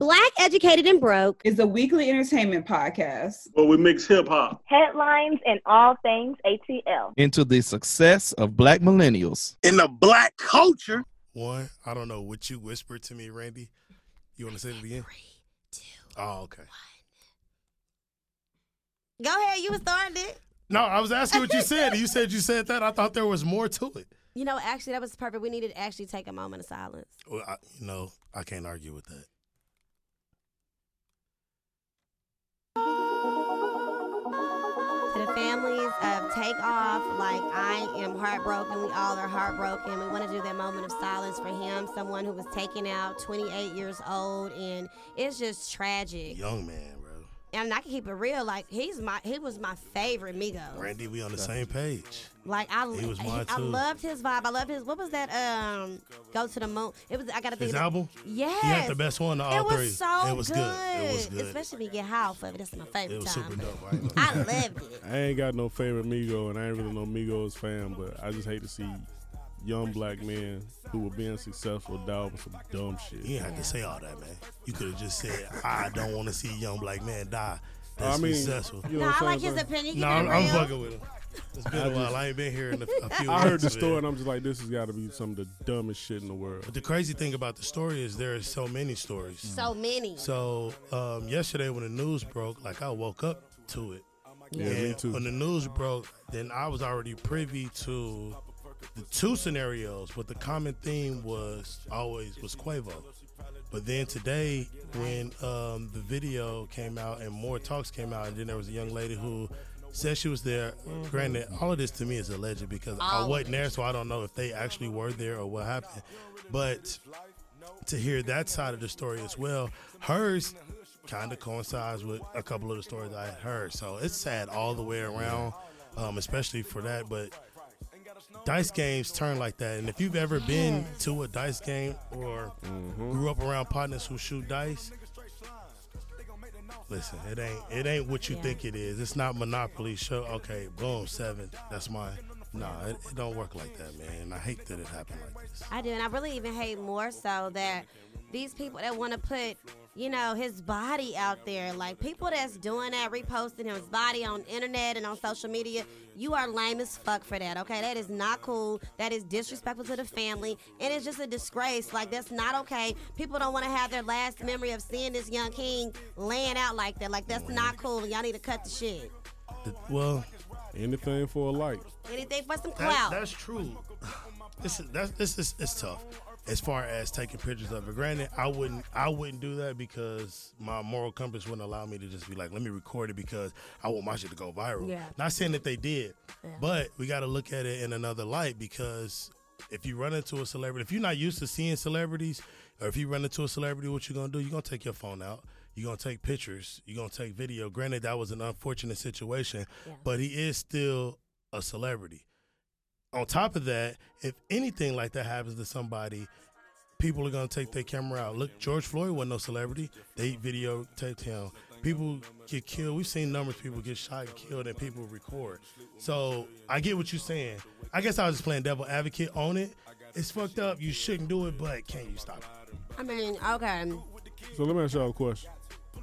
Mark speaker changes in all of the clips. Speaker 1: Black, Educated, and Broke.
Speaker 2: It's a weekly entertainment podcast.
Speaker 3: Well, we mix hip hop.
Speaker 4: Headlines and all things ATL.
Speaker 5: into the success of black millennials.
Speaker 6: in the black culture.
Speaker 7: One, I don't know what you whispered to me, Randy. You want to say it again?
Speaker 8: Three, two,
Speaker 7: Oh, okay.
Speaker 8: one. Go ahead. You was starting it.
Speaker 7: No, I was asking what you said. You said you said that. I thought there was more to it.
Speaker 8: You know, actually, that was perfect. We needed to actually take a moment of silence.
Speaker 7: Well, I, you know, I can't argue with that.
Speaker 8: To the families of Take Off, like I am heartbroken. We all are heartbroken. We want to do that moment of silence for him, someone who was taken out, 28 years old, and it's just tragic.
Speaker 7: Young man, bro.
Speaker 8: And I can keep it real. Like he's my, he was my favorite Migos.
Speaker 7: Randy, we on the same page.
Speaker 8: Like I,
Speaker 7: He was mine,
Speaker 8: I
Speaker 7: too.
Speaker 8: loved his vibe. I loved his. What was that? Um, go to the moon. It was. I gotta think.
Speaker 7: His
Speaker 8: of the-
Speaker 7: album.
Speaker 8: Yes.
Speaker 7: He had the best one. Of all
Speaker 8: it was
Speaker 7: three.
Speaker 8: so
Speaker 7: it was good. It was good.
Speaker 8: Especially when you get high off of it. That's my favorite
Speaker 7: it was
Speaker 8: time.
Speaker 7: super dope. I ain't gonna
Speaker 8: I loved it.
Speaker 9: I ain't got no favorite Migo, and I ain't really no Migos fan, but I just hate to see young black men who were being successful die over some dumb shit.
Speaker 7: You didn't have to say all that, man. You could have just said, "I don't want to see a young black man die."
Speaker 9: I
Speaker 7: That's
Speaker 9: mean,
Speaker 7: successful.
Speaker 9: you know
Speaker 8: No,
Speaker 9: what
Speaker 8: I
Speaker 9: I'm
Speaker 8: like
Speaker 9: saying?
Speaker 8: his opinion.
Speaker 7: No,
Speaker 8: Keep
Speaker 7: I'm,
Speaker 8: it
Speaker 7: I'm
Speaker 8: real.
Speaker 7: fucking with him. It's been a
Speaker 9: I
Speaker 7: while.
Speaker 9: just-
Speaker 7: I ain't been here in a, a few.
Speaker 9: I heard
Speaker 7: weeks,
Speaker 9: the
Speaker 7: man.
Speaker 9: story, and I'm just like, this has got to be some of the dumbest shit in the world.
Speaker 7: But the crazy thing about the story is there are so many stories.
Speaker 8: So many.
Speaker 7: So um, yesterday when the news broke, like I woke up to it.
Speaker 9: Yeah, me
Speaker 7: And
Speaker 9: too.
Speaker 7: When the news broke, then I was already privy to the two scenarios, but the common theme was always was Quavo. But then today, when um, the video came out and more talks came out, and then there was a young lady who said she was there.
Speaker 9: Mm-hmm.
Speaker 7: Granted, all of this to me is alleged because I wasn't there, so I don't know if they actually were there or what happened. But to hear that side of the story as well. Hers kind of coincides with a couple of the stories I had heard. So it's sad all the way around, um, especially for that. But dice games turn like that. And if you've ever been to a dice game or grew up around partners who shoot dice, Listen, it ain't it ain't what you think it is. It's not Monopoly. Show okay, boom, seven. That's mine. Nah, it, it don't work like that, man. And I hate that it happened like this.
Speaker 8: I do, and I really even hate more so that these people that want to put, you know, his body out there, like people that's doing that, reposting his body on internet and on social media, you are lame as fuck for that. Okay, that is not cool. That is disrespectful to the family, and it's just a disgrace. Like that's not okay. People don't want to have their last memory of seeing this young king laying out like that. Like that's not cool. Y'all need to cut the shit.
Speaker 7: The- well,
Speaker 9: Anything for a like.
Speaker 8: Anything for some
Speaker 7: That-
Speaker 8: clout.
Speaker 7: that's true. This is that's this is it's tough. As far as taking pictures of it, granted, I wouldn't I wouldn't do that because my moral compass wouldn't allow me to just be like, let me record it because I want my shit to go viral.
Speaker 8: Yeah.
Speaker 7: Not saying that they did, but we got to look at it in another light because if you run into a celebrity, if you're not used to seeing celebrities, or if you run into a celebrity, what you gonna do? You're gonna take your phone out. You're gonna take pictures. You're gonna take video. Granted, that was an unfortunate situation, but he is still a celebrity on top of that, if anything like that happens to somebody, people are gonna take their camera out. Look, George Floyd wasn't no celebrity. They videotaped him. People get killed. We've seen numbers of people get shot and killed and people record. So I get what you're saying. I guess I was just playing devil advocate on it. It's fucked up. You shouldn't do it, but can you stop it?
Speaker 8: I mean, okay.
Speaker 9: So let me ask y'all a question.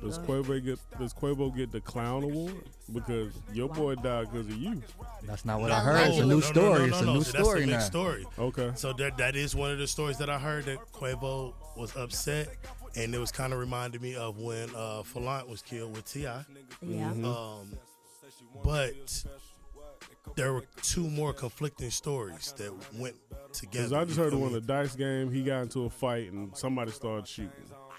Speaker 9: Does Quavo get does Quavo get the clown award because your boy died because of you?
Speaker 10: That's not what I heard. It's a new
Speaker 7: No, no, no, no,
Speaker 10: story. It's
Speaker 7: no,
Speaker 10: a
Speaker 7: no.
Speaker 10: new
Speaker 7: So that's the
Speaker 10: story
Speaker 7: big
Speaker 10: now.
Speaker 7: story.
Speaker 9: Okay.
Speaker 7: So that that is one of the stories that I heard that Quavo was upset, and it was kind of reminded me of when uh, Falant was killed with Ti.
Speaker 8: Yeah.
Speaker 7: Um, but there were two more conflicting stories that went
Speaker 9: Because
Speaker 7: together.
Speaker 9: I just
Speaker 7: you
Speaker 9: heard
Speaker 7: feel
Speaker 9: one of
Speaker 7: me?
Speaker 9: the dice game, he got into a fight and somebody started shooting.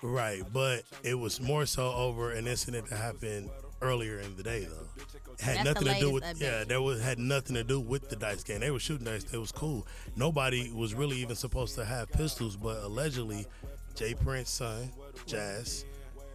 Speaker 7: Right, but it was more so over an incident that happened earlier in the day, though. It had
Speaker 8: That's the
Speaker 7: nothing to do with
Speaker 8: latest update.
Speaker 7: yeah, there was had nothing to do with the dice game. They were shooting dice. It was cool. Nobody was really even supposed to have pistols, but allegedly, Jay Prince's son, Jazz,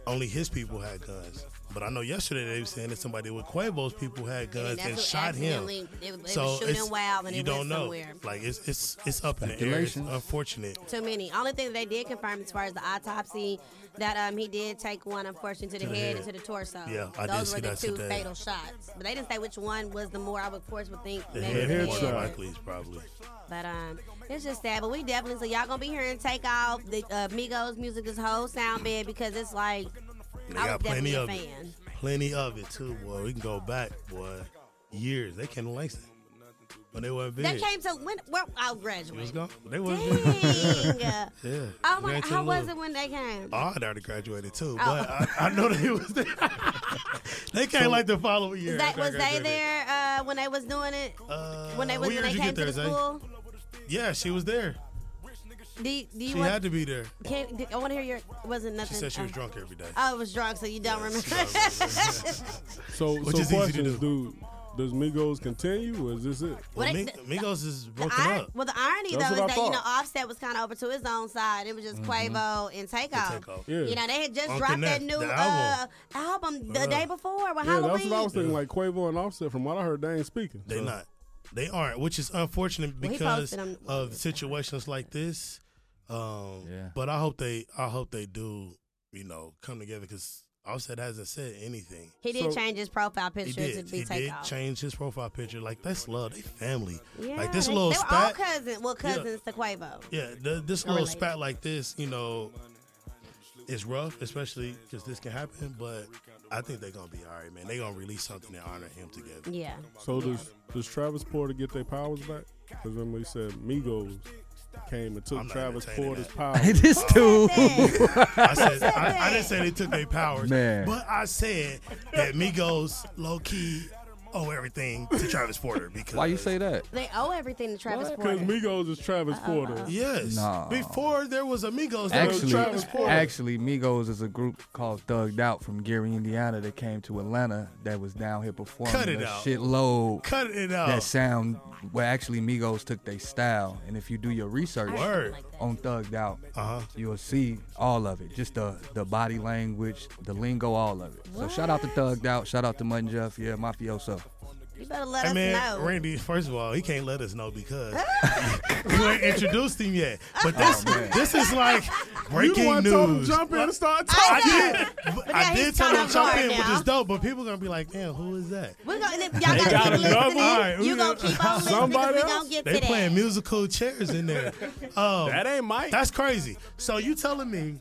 Speaker 7: only his people had guns. But I know yesterday they were saying that somebody with Quavo's people had guns and,
Speaker 8: that's who
Speaker 7: shot him.
Speaker 8: accidentally- They, they
Speaker 7: So
Speaker 8: was shooting
Speaker 7: it's-
Speaker 8: wild and
Speaker 7: you
Speaker 8: it
Speaker 7: don't
Speaker 8: went
Speaker 7: know.
Speaker 8: somewhere.
Speaker 7: Like it's it's it's up in the air. It's
Speaker 10: Speculation.
Speaker 7: unfortunate.
Speaker 8: Too many. Only thing that they did confirm as far as the autopsy that um he did take one unfortunately to the head and to the torso.
Speaker 7: Yeah, I did
Speaker 8: Those
Speaker 7: see
Speaker 8: were the
Speaker 7: that
Speaker 8: two
Speaker 7: today.
Speaker 8: fatal shots. But they didn't say which one was the more I would of course would think
Speaker 7: The
Speaker 8: maybe
Speaker 7: head
Speaker 9: head
Speaker 7: more
Speaker 9: shot.
Speaker 7: than likely is probably.
Speaker 8: But um it's just sad. But we definitely so y'all gonna be hearing take off the uh, Migos music this whole sound bed because it's like
Speaker 7: They
Speaker 8: I
Speaker 7: got
Speaker 8: was definitely
Speaker 7: plenty
Speaker 8: a
Speaker 7: of
Speaker 8: fan.
Speaker 7: it. Plenty of it too, boy. We can go back, boy. Years. They came to Langston. When they weren't big.
Speaker 8: That came to when well I'll
Speaker 7: It was
Speaker 8: graduate.
Speaker 7: gone. They weren't big.
Speaker 8: Dang.
Speaker 7: Yeah. yeah.
Speaker 8: oh my
Speaker 7: Granted,
Speaker 8: how was it
Speaker 7: look.
Speaker 8: when Oh. they came?
Speaker 7: Oh, I'd already graduated too, but I, I know they was there. they came like the following year.
Speaker 8: Was that
Speaker 7: after I
Speaker 8: was they
Speaker 7: graduated.
Speaker 8: there uh, when they was doing it?
Speaker 7: Uh,
Speaker 8: When they was
Speaker 7: what
Speaker 8: when
Speaker 7: year
Speaker 8: they
Speaker 7: did you
Speaker 8: came
Speaker 7: get there,
Speaker 8: to the
Speaker 7: Zay?
Speaker 8: school?
Speaker 7: Yeah, she was there.
Speaker 8: Do, you- do you
Speaker 7: She
Speaker 8: want?
Speaker 7: had to be there.
Speaker 8: can, do, I want to hear your. Wasn't
Speaker 7: She
Speaker 8: nothing.
Speaker 7: said she was
Speaker 8: oh.
Speaker 7: drunk every day.
Speaker 8: Oh, I was drunk, so you don't remember.
Speaker 7: Yes, she was drunk.
Speaker 9: So,
Speaker 7: Which
Speaker 9: so
Speaker 7: is easy to
Speaker 9: questions,
Speaker 7: do.
Speaker 9: dude. Does Migos continue, or is this it?
Speaker 8: Well,
Speaker 7: well,
Speaker 8: they-
Speaker 7: Mi- Migos is
Speaker 8: The
Speaker 7: broken
Speaker 8: iron-
Speaker 7: up.
Speaker 8: well, the irony
Speaker 9: That's
Speaker 8: though
Speaker 9: what
Speaker 8: is
Speaker 9: I
Speaker 8: that you know
Speaker 9: thought.
Speaker 8: Offset was kind of over to his own side. It was just Quavo and Takeoff.
Speaker 7: Mm-hmm. Take off.
Speaker 9: Yeah,
Speaker 8: You know, they had just
Speaker 7: Uncle
Speaker 8: dropped
Speaker 7: Nat,
Speaker 8: that new
Speaker 7: the
Speaker 8: uh,
Speaker 7: album.
Speaker 8: album the
Speaker 7: Uh,
Speaker 8: day before with
Speaker 9: yeah,
Speaker 8: Halloween.
Speaker 9: that's what I was thinking. Like Quavo and Offset, from what I heard, they ain't speaking.
Speaker 7: They
Speaker 9: so.
Speaker 7: not. They aren't, which is unfortunate
Speaker 8: Well, he
Speaker 7: because
Speaker 8: posted on-
Speaker 7: of situations like this. Um,
Speaker 10: Yeah.
Speaker 7: But I hope they, I hope they do, you know, come together because Offset hasn't said anything.
Speaker 8: he did
Speaker 9: So-
Speaker 8: change his profile
Speaker 7: He
Speaker 8: picture to
Speaker 7: did.
Speaker 8: be
Speaker 7: He did
Speaker 8: Takeoff.
Speaker 7: change his profile picture. Like that's love. They family.
Speaker 8: Yeah,
Speaker 7: like this
Speaker 8: they,
Speaker 7: little
Speaker 8: they were all
Speaker 7: spat.
Speaker 8: cousins. Well, cousins to Quavo.
Speaker 7: Yeah, the, this little
Speaker 8: related.
Speaker 7: spat like this, you know, is rough, especially because this can happen. But I think they're gonna be all right, man. They're gonna release something to honor him together.
Speaker 8: Yeah.
Speaker 9: So does does Travis Porter get their powers back? Because remember he said Migos came and took
Speaker 7: I'm not
Speaker 9: Travis
Speaker 7: entertaining
Speaker 9: Porter's
Speaker 7: that.
Speaker 9: powers.
Speaker 10: this dude.
Speaker 7: I said I, I didn't say they took their powers,
Speaker 10: Man.
Speaker 7: but I said that Migos low key owe everything to Travis Porter because
Speaker 10: Why you say that?
Speaker 8: They owe everything to Travis
Speaker 9: Because
Speaker 8: Porter.
Speaker 9: Migos is Travis Porter.
Speaker 7: Yes,
Speaker 10: No.
Speaker 7: before there was Amigos, there was
Speaker 10: Actually,
Speaker 7: Travis Porter.
Speaker 10: actually, Migos is a group called Thugged Out from Gary, Indiana, that came to Atlanta that was down here performing
Speaker 7: Cut it
Speaker 10: a
Speaker 7: out.
Speaker 10: shitload.
Speaker 7: Cut it
Speaker 10: That
Speaker 7: out.
Speaker 10: sound, well, actually, Migos took their style, and if you do your research
Speaker 7: Word.
Speaker 10: on Thugged Out,
Speaker 7: Uh huh.
Speaker 10: you'll see all of it. Just the the body language, the lingo, all of it. So shout out to Thugged Out, shout out to Mutton Jeff, yeah, Mafioso.
Speaker 8: You better let
Speaker 7: I
Speaker 8: us
Speaker 7: mean,
Speaker 8: know.
Speaker 7: Randy, first of all, he can't let us know because we ain't introduced him yet. But this
Speaker 10: Oh, man.
Speaker 7: this is like
Speaker 9: You the
Speaker 7: breaking
Speaker 9: one told him
Speaker 7: news.
Speaker 9: jump in and start
Speaker 7: I
Speaker 9: talking.
Speaker 7: did,
Speaker 8: now
Speaker 7: I
Speaker 8: he's
Speaker 7: did tell him
Speaker 8: caught
Speaker 7: to
Speaker 8: on
Speaker 7: jump
Speaker 8: guard
Speaker 7: in, which
Speaker 8: now.
Speaker 7: is dope. But people gonna be like, "Damn, who is that?"
Speaker 8: We're gonna, y'all gotta
Speaker 9: got
Speaker 8: keep
Speaker 9: another
Speaker 8: listening.
Speaker 9: one.
Speaker 8: you
Speaker 9: We
Speaker 8: gonna keep on listening
Speaker 9: Somebody
Speaker 8: because we
Speaker 9: else?
Speaker 8: gonna get
Speaker 7: They
Speaker 8: to that.
Speaker 7: playing musical chairs in there. Um,
Speaker 9: That ain't Mike.
Speaker 7: that's crazy. So you telling me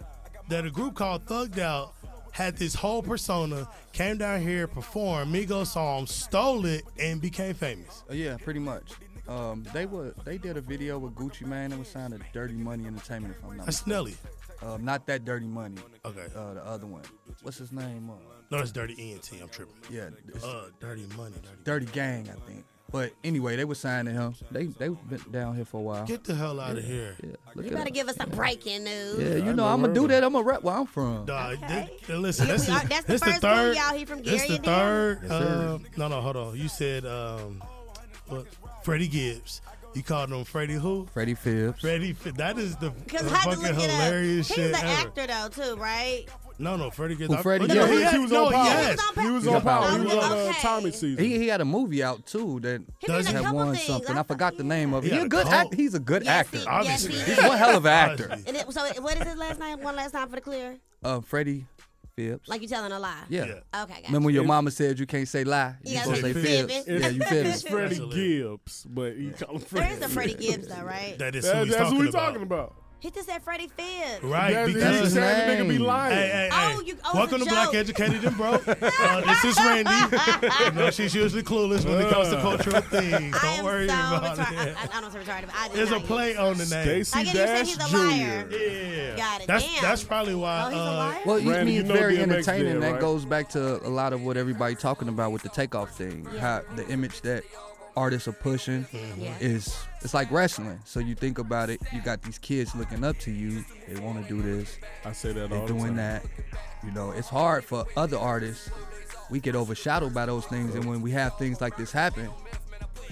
Speaker 7: that a group called Thugged Out had this whole persona, came down here, performed Migos songs, stole it, and became famous.
Speaker 10: Uh, Yeah, pretty much. Um, they were they did a video with Gucci Man that was signed to Dirty Money Entertainment, if I'm not
Speaker 7: That's Nelly.
Speaker 10: um, not that Dirty Money,
Speaker 7: Okay.
Speaker 10: uh, the other one. What's his name? Uh,
Speaker 7: No, that's Dirty ENT. I'm tripping.
Speaker 10: yeah, it's
Speaker 7: Uh, Dirty Money. Dirty.
Speaker 10: Dirty Gang, I think. But anyway, they were signed to him. They they been down here for a while.
Speaker 7: Get the hell out of here.
Speaker 10: yeah, look
Speaker 8: You
Speaker 10: it
Speaker 8: better
Speaker 10: up.
Speaker 8: give us some breaking news.
Speaker 10: Yeah,
Speaker 9: I
Speaker 10: you know I'm
Speaker 9: never
Speaker 10: gonna do
Speaker 9: heard of
Speaker 10: that. I'm gonna rap where I'm from.
Speaker 7: Dog,
Speaker 8: Okay.
Speaker 7: thi- thi- listen, this
Speaker 8: we
Speaker 7: is
Speaker 8: are- that's the
Speaker 7: this the
Speaker 8: first one,
Speaker 7: third.
Speaker 8: y'all. He from
Speaker 7: This
Speaker 8: Gary,
Speaker 7: the
Speaker 8: Indiana.
Speaker 7: third.
Speaker 10: Yes, sir.
Speaker 7: um, no, no, hold on. You said um, what, Freddie Gibbs. You called him Freddie who?
Speaker 10: Freddie Phibs.
Speaker 7: Freddie. Fi- That is the
Speaker 8: Cause I had to
Speaker 7: fucking
Speaker 8: look it up.
Speaker 7: hilarious
Speaker 8: He's an
Speaker 7: shit ever.
Speaker 8: actor though too, right?
Speaker 7: No, no, Freddie Gibbs.
Speaker 10: Who,
Speaker 7: I-
Speaker 10: Freddie
Speaker 7: no,
Speaker 10: Gibbs?
Speaker 7: he
Speaker 9: Yeah,
Speaker 7: had-
Speaker 9: he was
Speaker 7: no,
Speaker 9: on Power.
Speaker 7: yes.
Speaker 9: He was
Speaker 10: He's
Speaker 9: on
Speaker 10: on
Speaker 9: power.
Speaker 10: power.
Speaker 9: He was on uh,
Speaker 8: Okay.
Speaker 9: Tommy season.
Speaker 10: He, he had a movie out too that
Speaker 8: He did
Speaker 7: Does
Speaker 8: a
Speaker 7: he?
Speaker 10: had
Speaker 8: couple
Speaker 10: won
Speaker 8: things.
Speaker 10: something. I
Speaker 8: thought-
Speaker 10: forgot the name of it.
Speaker 7: Yeah,
Speaker 10: He's a good
Speaker 7: Cole.
Speaker 10: act. He's a good
Speaker 8: Yes,
Speaker 10: actor.
Speaker 8: he-
Speaker 7: Obviously.
Speaker 8: Yes, he
Speaker 10: He's
Speaker 8: is.
Speaker 10: one hell of an actor.
Speaker 7: Honestly.
Speaker 8: And it, so, what is his last name? One last time for the clear.
Speaker 10: Uh, Freddie Phibs.
Speaker 8: Like you telling a lie.
Speaker 10: yeah.
Speaker 7: Yeah.
Speaker 8: Okay, gotcha.
Speaker 10: Remember when your mama said you can't say lie? You
Speaker 8: Yeah,
Speaker 10: supposed
Speaker 7: like
Speaker 10: to say
Speaker 8: Phibs.
Speaker 10: Phibs.
Speaker 9: It's-
Speaker 10: Yeah, you
Speaker 9: It's
Speaker 10: Phibs.
Speaker 9: Freddie
Speaker 7: That's
Speaker 9: Gibbs, but he called
Speaker 8: There
Speaker 9: him Freddie.
Speaker 8: is a Freddie Gibbs though, right?
Speaker 7: That is who
Speaker 9: That-
Speaker 7: he's
Speaker 9: That's
Speaker 7: talking,
Speaker 9: who we
Speaker 7: about.
Speaker 9: talking about.
Speaker 8: He just said Freddie Fibbs.
Speaker 7: Right,
Speaker 9: That's-
Speaker 7: because
Speaker 9: he said the nigga be
Speaker 10: name.
Speaker 9: lying.
Speaker 7: Hey, hey, hey.
Speaker 8: Oh, you- oh, it's
Speaker 7: Welcome
Speaker 8: a
Speaker 7: to Black
Speaker 8: joke.
Speaker 7: Educated and Broke. Uh, this is Randy. you know, she's usually clueless when it comes
Speaker 9: Uh.
Speaker 7: to cultural things.
Speaker 8: I
Speaker 7: Don't
Speaker 8: am
Speaker 7: worry
Speaker 8: so
Speaker 7: about
Speaker 8: retarded.
Speaker 7: it.
Speaker 8: I, I, I don't say retarded, but I did
Speaker 7: There's a
Speaker 8: not
Speaker 7: play on the name.
Speaker 9: Stacy
Speaker 8: I guess you said he's
Speaker 9: Dash
Speaker 8: a liar.
Speaker 9: Jr.
Speaker 7: Yeah.
Speaker 8: Got it.
Speaker 7: That's
Speaker 8: Damn.
Speaker 7: that's probably why.
Speaker 8: Oh, he's a
Speaker 7: uh,
Speaker 8: liar.
Speaker 10: Well, you
Speaker 9: Randy,
Speaker 10: mean
Speaker 9: you know
Speaker 10: very
Speaker 9: DMX did,
Speaker 10: entertaining. That
Speaker 9: right?
Speaker 10: goes back to a lot of what everybody talking about with the takeoff thing. How the image that artists are pushing
Speaker 8: Yeah.
Speaker 10: is it's like wrestling. So you think about it, you got these kids looking up to you. They want to do this.
Speaker 9: I say that
Speaker 10: They're
Speaker 9: all the
Speaker 10: doing
Speaker 9: time.
Speaker 10: that. You know, it's hard for other artists. We get overshadowed by those things, and when we have things like this happen,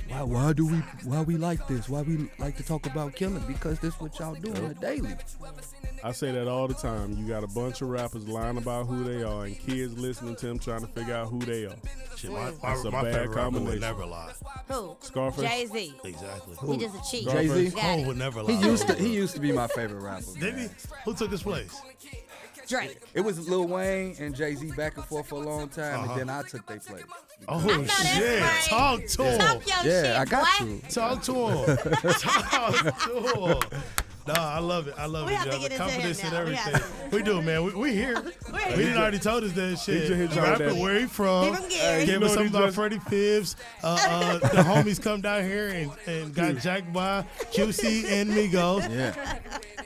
Speaker 10: why why do we why we like this? Why we like to talk about killing? Because this what y'all do on a daily.
Speaker 9: I say that all the time. You got a bunch of rappers lying about who they are, and kids listening to them trying to figure out who they are.
Speaker 7: Shit, my, my,
Speaker 9: That's a
Speaker 7: my
Speaker 9: bad
Speaker 7: favorite rapper would
Speaker 9: combination.
Speaker 7: never lie.
Speaker 8: Who?
Speaker 9: Scarface?
Speaker 8: Jay Z.
Speaker 7: Exactly.
Speaker 8: He just a cheat.
Speaker 10: Jay-Z?
Speaker 7: Jay-Z?
Speaker 8: Got
Speaker 7: Cole
Speaker 8: it.
Speaker 7: would never lie.
Speaker 10: He used to he used to be my favorite rapper.
Speaker 7: Did he?
Speaker 10: man.
Speaker 7: Who took his place?
Speaker 8: Drake.
Speaker 10: It was Lil Wayne and Jay Z back and forth for a long time,
Speaker 7: Uh-huh.
Speaker 10: and then I took their place.
Speaker 7: Oh
Speaker 8: that's
Speaker 7: shit!
Speaker 8: right.
Speaker 7: Talk to him.
Speaker 8: Talk
Speaker 9: Oh,
Speaker 8: your
Speaker 10: Yeah,
Speaker 8: Oh, shit,
Speaker 10: I got
Speaker 8: boy.
Speaker 10: you.
Speaker 7: Talk to him. Talk to him. No, I love it. I love
Speaker 8: We
Speaker 7: it,
Speaker 8: have to
Speaker 7: y'all. The
Speaker 8: get into him
Speaker 7: confidence and
Speaker 8: now. We
Speaker 7: everything.
Speaker 8: have
Speaker 7: We, do, man. We, we here. we didn't already told us that shit.
Speaker 9: just hit you
Speaker 7: Rapper,
Speaker 9: with that.
Speaker 7: where he from?
Speaker 8: He from Gary.
Speaker 7: Gave
Speaker 9: You know
Speaker 7: us something
Speaker 9: he
Speaker 7: about
Speaker 9: just-
Speaker 7: Freddie Phibbs. Uh, uh, the homies come down here and, and got jacked by QC and Migos.
Speaker 10: Yeah,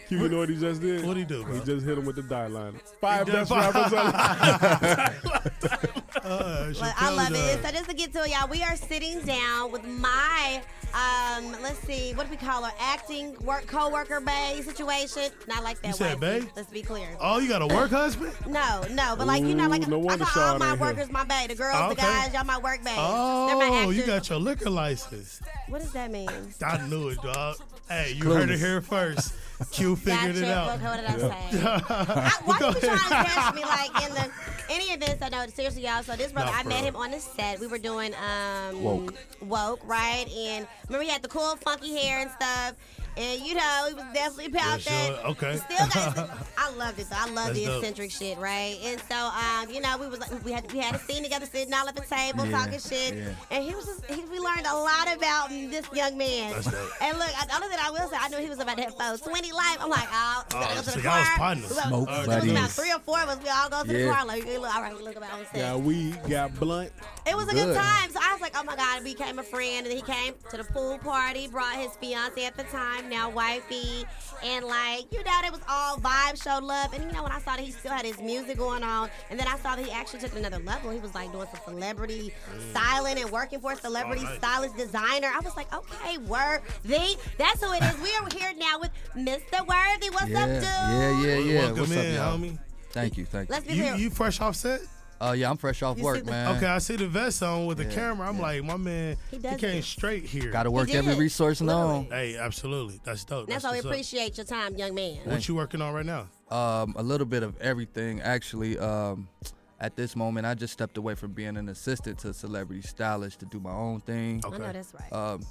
Speaker 9: You know what he just did?
Speaker 7: What'd he do, bro?
Speaker 9: He just hit him with the die line. Five
Speaker 7: done
Speaker 9: best rappers alive.
Speaker 7: Uh,
Speaker 8: Well, I
Speaker 7: Chappelle
Speaker 8: love
Speaker 7: Done.
Speaker 8: it. So just to get to it, y'all, we are sitting down with my, um, let's see, what do we call her? Acting work co-worker bae situation. Not like that.
Speaker 7: You said
Speaker 8: wifey.
Speaker 7: bae?
Speaker 8: Let's be clear.
Speaker 7: Oh, you got a work husband?
Speaker 8: No, no, but like you know, like
Speaker 9: Ooh, no
Speaker 8: I
Speaker 9: wonder
Speaker 8: call all
Speaker 9: Sean
Speaker 8: my
Speaker 9: ain't here.
Speaker 8: workers my bae. The girls, the
Speaker 7: Okay.
Speaker 8: guys, y'all my work bae. They're my
Speaker 7: Oh,
Speaker 8: actors.
Speaker 7: you got your liquor license.
Speaker 8: What does that mean?
Speaker 7: I knew it, dog. Hey, you heard it
Speaker 10: Clueless.
Speaker 7: here first. Q figured it
Speaker 8: Gotcha.
Speaker 7: out.
Speaker 8: What, what did I say? I, why you trying to catch me like in the any events? I know seriously, y'all. So this brother,
Speaker 7: Nah,
Speaker 8: I
Speaker 7: for
Speaker 8: met
Speaker 7: real.
Speaker 8: him on the set. We were doing um
Speaker 10: Woke.
Speaker 8: woke, right? And remember he had the cool, funky hair and stuff. And you know, he was definitely about
Speaker 7: Yeah,
Speaker 8: that.
Speaker 7: sure. Okay.
Speaker 8: Still got. I loved it. though. I love
Speaker 7: That's
Speaker 8: the
Speaker 7: dope.
Speaker 8: eccentric shit, right? And so, um, you know, we was like, we had we had a scene together, sitting all at the table,
Speaker 10: Yeah,
Speaker 8: talking shit.
Speaker 10: yeah.
Speaker 8: And he was just he, we learned a lot about this young man.
Speaker 7: That's dope.
Speaker 8: And look, I- the only thing I will say, I knew he was about to have 420 life. I'm like, oh, we gotta
Speaker 7: Oh,
Speaker 8: go to
Speaker 7: so
Speaker 8: the
Speaker 7: y'all was
Speaker 8: car.
Speaker 7: partners.
Speaker 8: We-
Speaker 10: Smoke
Speaker 8: there was about
Speaker 10: buddies.
Speaker 8: three or four of us. We all go to the
Speaker 10: Yeah.
Speaker 8: car. Like, we look, all right, look about ourselves.
Speaker 9: Got weed, got blunt.
Speaker 8: It was a good
Speaker 10: Good.
Speaker 8: time. So I was like, oh my God, we became a friend. And he came to the pool party, brought his fiance at the time, now wifey. And like, you know, it was all vibe, show love. And you know, when I saw that he still had his music going on, and then I saw that he actually took it another level. He was like doing some celebrity styling and working for a celebrity
Speaker 7: All right.
Speaker 8: stylist designer. I was like, okay, worthy. That's who it is. We are here now with Mr. Worthy. What's
Speaker 10: yeah,
Speaker 8: up, dude?
Speaker 10: yeah, yeah, yeah.
Speaker 7: Welcome
Speaker 10: What's
Speaker 7: in,
Speaker 10: up, y'all?
Speaker 7: homie.
Speaker 10: Thank you, thank you.
Speaker 8: Let's be
Speaker 7: You,
Speaker 8: real.
Speaker 7: you fresh offset?
Speaker 10: Uh, yeah, I'm fresh off
Speaker 8: You see
Speaker 10: work,
Speaker 8: the-
Speaker 10: man.
Speaker 7: Okay, I see the vest on with the camera. I'm like, my man,
Speaker 8: He
Speaker 7: he,
Speaker 8: does
Speaker 7: came
Speaker 8: it.
Speaker 7: straight here.
Speaker 10: Got to work
Speaker 8: did.
Speaker 10: every resource known.
Speaker 7: Hey, absolutely. That's dope.
Speaker 8: That's why we
Speaker 7: what's up.
Speaker 8: appreciate your time, young man.
Speaker 7: What you working on right now?
Speaker 10: um, a little bit of everything actually um, at this moment i just stepped away from being an assistant to a celebrity stylist to do my own thing
Speaker 8: I
Speaker 7: Okay.
Speaker 8: know that's right.
Speaker 10: um,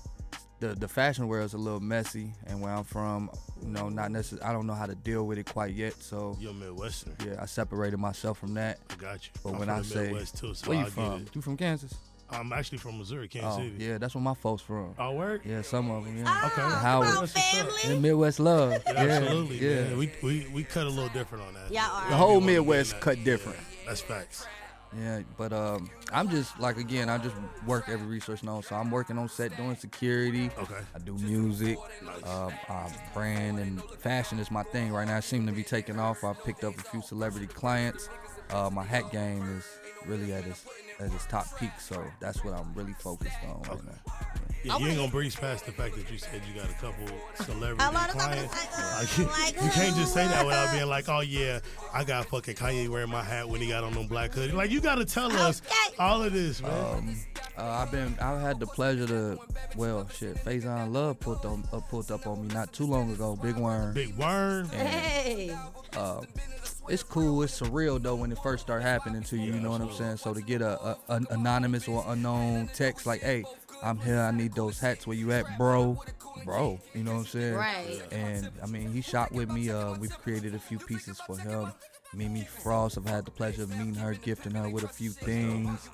Speaker 10: the, the fashion world is a little messy and where i'm from you know not necessarily i don't know how to deal with it quite yet so
Speaker 7: You're Midwestern.
Speaker 10: yeah i separated myself from that
Speaker 7: I got you.
Speaker 10: but
Speaker 7: I'm
Speaker 10: when
Speaker 7: from
Speaker 10: i
Speaker 7: the
Speaker 10: say
Speaker 7: Midwest too, so
Speaker 10: where you
Speaker 7: I
Speaker 10: from
Speaker 7: get it.
Speaker 10: you from kansas
Speaker 7: I'm actually from Missouri, Kansas
Speaker 10: oh
Speaker 7: City. Oh,
Speaker 10: yeah that's where my folks from
Speaker 7: I work.
Speaker 10: yeah some of them
Speaker 8: oh,
Speaker 10: yeah
Speaker 7: okay.
Speaker 10: Howard.
Speaker 8: come on,
Speaker 7: That's what's up.
Speaker 8: family.
Speaker 10: and midwest love yeah
Speaker 7: Absolutely,
Speaker 10: yeah
Speaker 7: man. We, we we cut a little different on that.
Speaker 8: Y'all are.
Speaker 7: We
Speaker 8: The
Speaker 10: whole
Speaker 7: be wanting to
Speaker 10: Midwest
Speaker 7: get in
Speaker 10: cut
Speaker 7: that.
Speaker 10: different.
Speaker 7: Yeah, that's facts.
Speaker 10: Yeah, but um, I'm just like again, I just work every resource known. So I'm working on set, doing security.
Speaker 7: Okay.
Speaker 10: I do music. Um, uh, brand and fashion is my thing right now. I seem to be taking off. I picked up a few celebrity clients. Uh, my hat game is really at its at its top peak. So that's what I'm really focused on right now.
Speaker 7: Yeah,
Speaker 8: I
Speaker 7: you ain't
Speaker 8: wanna-
Speaker 7: gonna breeze past the fact that you said you got a couple celebrity
Speaker 8: I wanna talk
Speaker 7: clients.
Speaker 8: about
Speaker 7: Like,
Speaker 8: this,
Speaker 7: you,
Speaker 8: like, uh, like,
Speaker 7: can't just say that
Speaker 8: uh,
Speaker 7: without being like, "Oh yeah, I got fucking Kanye wearing my hat when he got on them black hoodie." Like, you gotta tell us
Speaker 8: Okay.
Speaker 7: all of this, man.
Speaker 10: Um, uh, I've been I've had the pleasure to well shit, Faison Love pulled up uh, pulled up on me not too long ago. Big Worm.
Speaker 7: Big worm.
Speaker 10: And
Speaker 8: Hey.
Speaker 10: it's cool. It's surreal though when it first start happening to you. you know what I'm saying? So to get a, a an anonymous or unknown text like, "Hey, I'm here. I need those hats. Where you at, bro?" Bro, you know what I'm saying?
Speaker 8: Right.
Speaker 10: And I mean, he shot with me. Uh, we've created a few pieces for him. Mimi Frost. I've had the pleasure of meeting her, gifting her with a few things.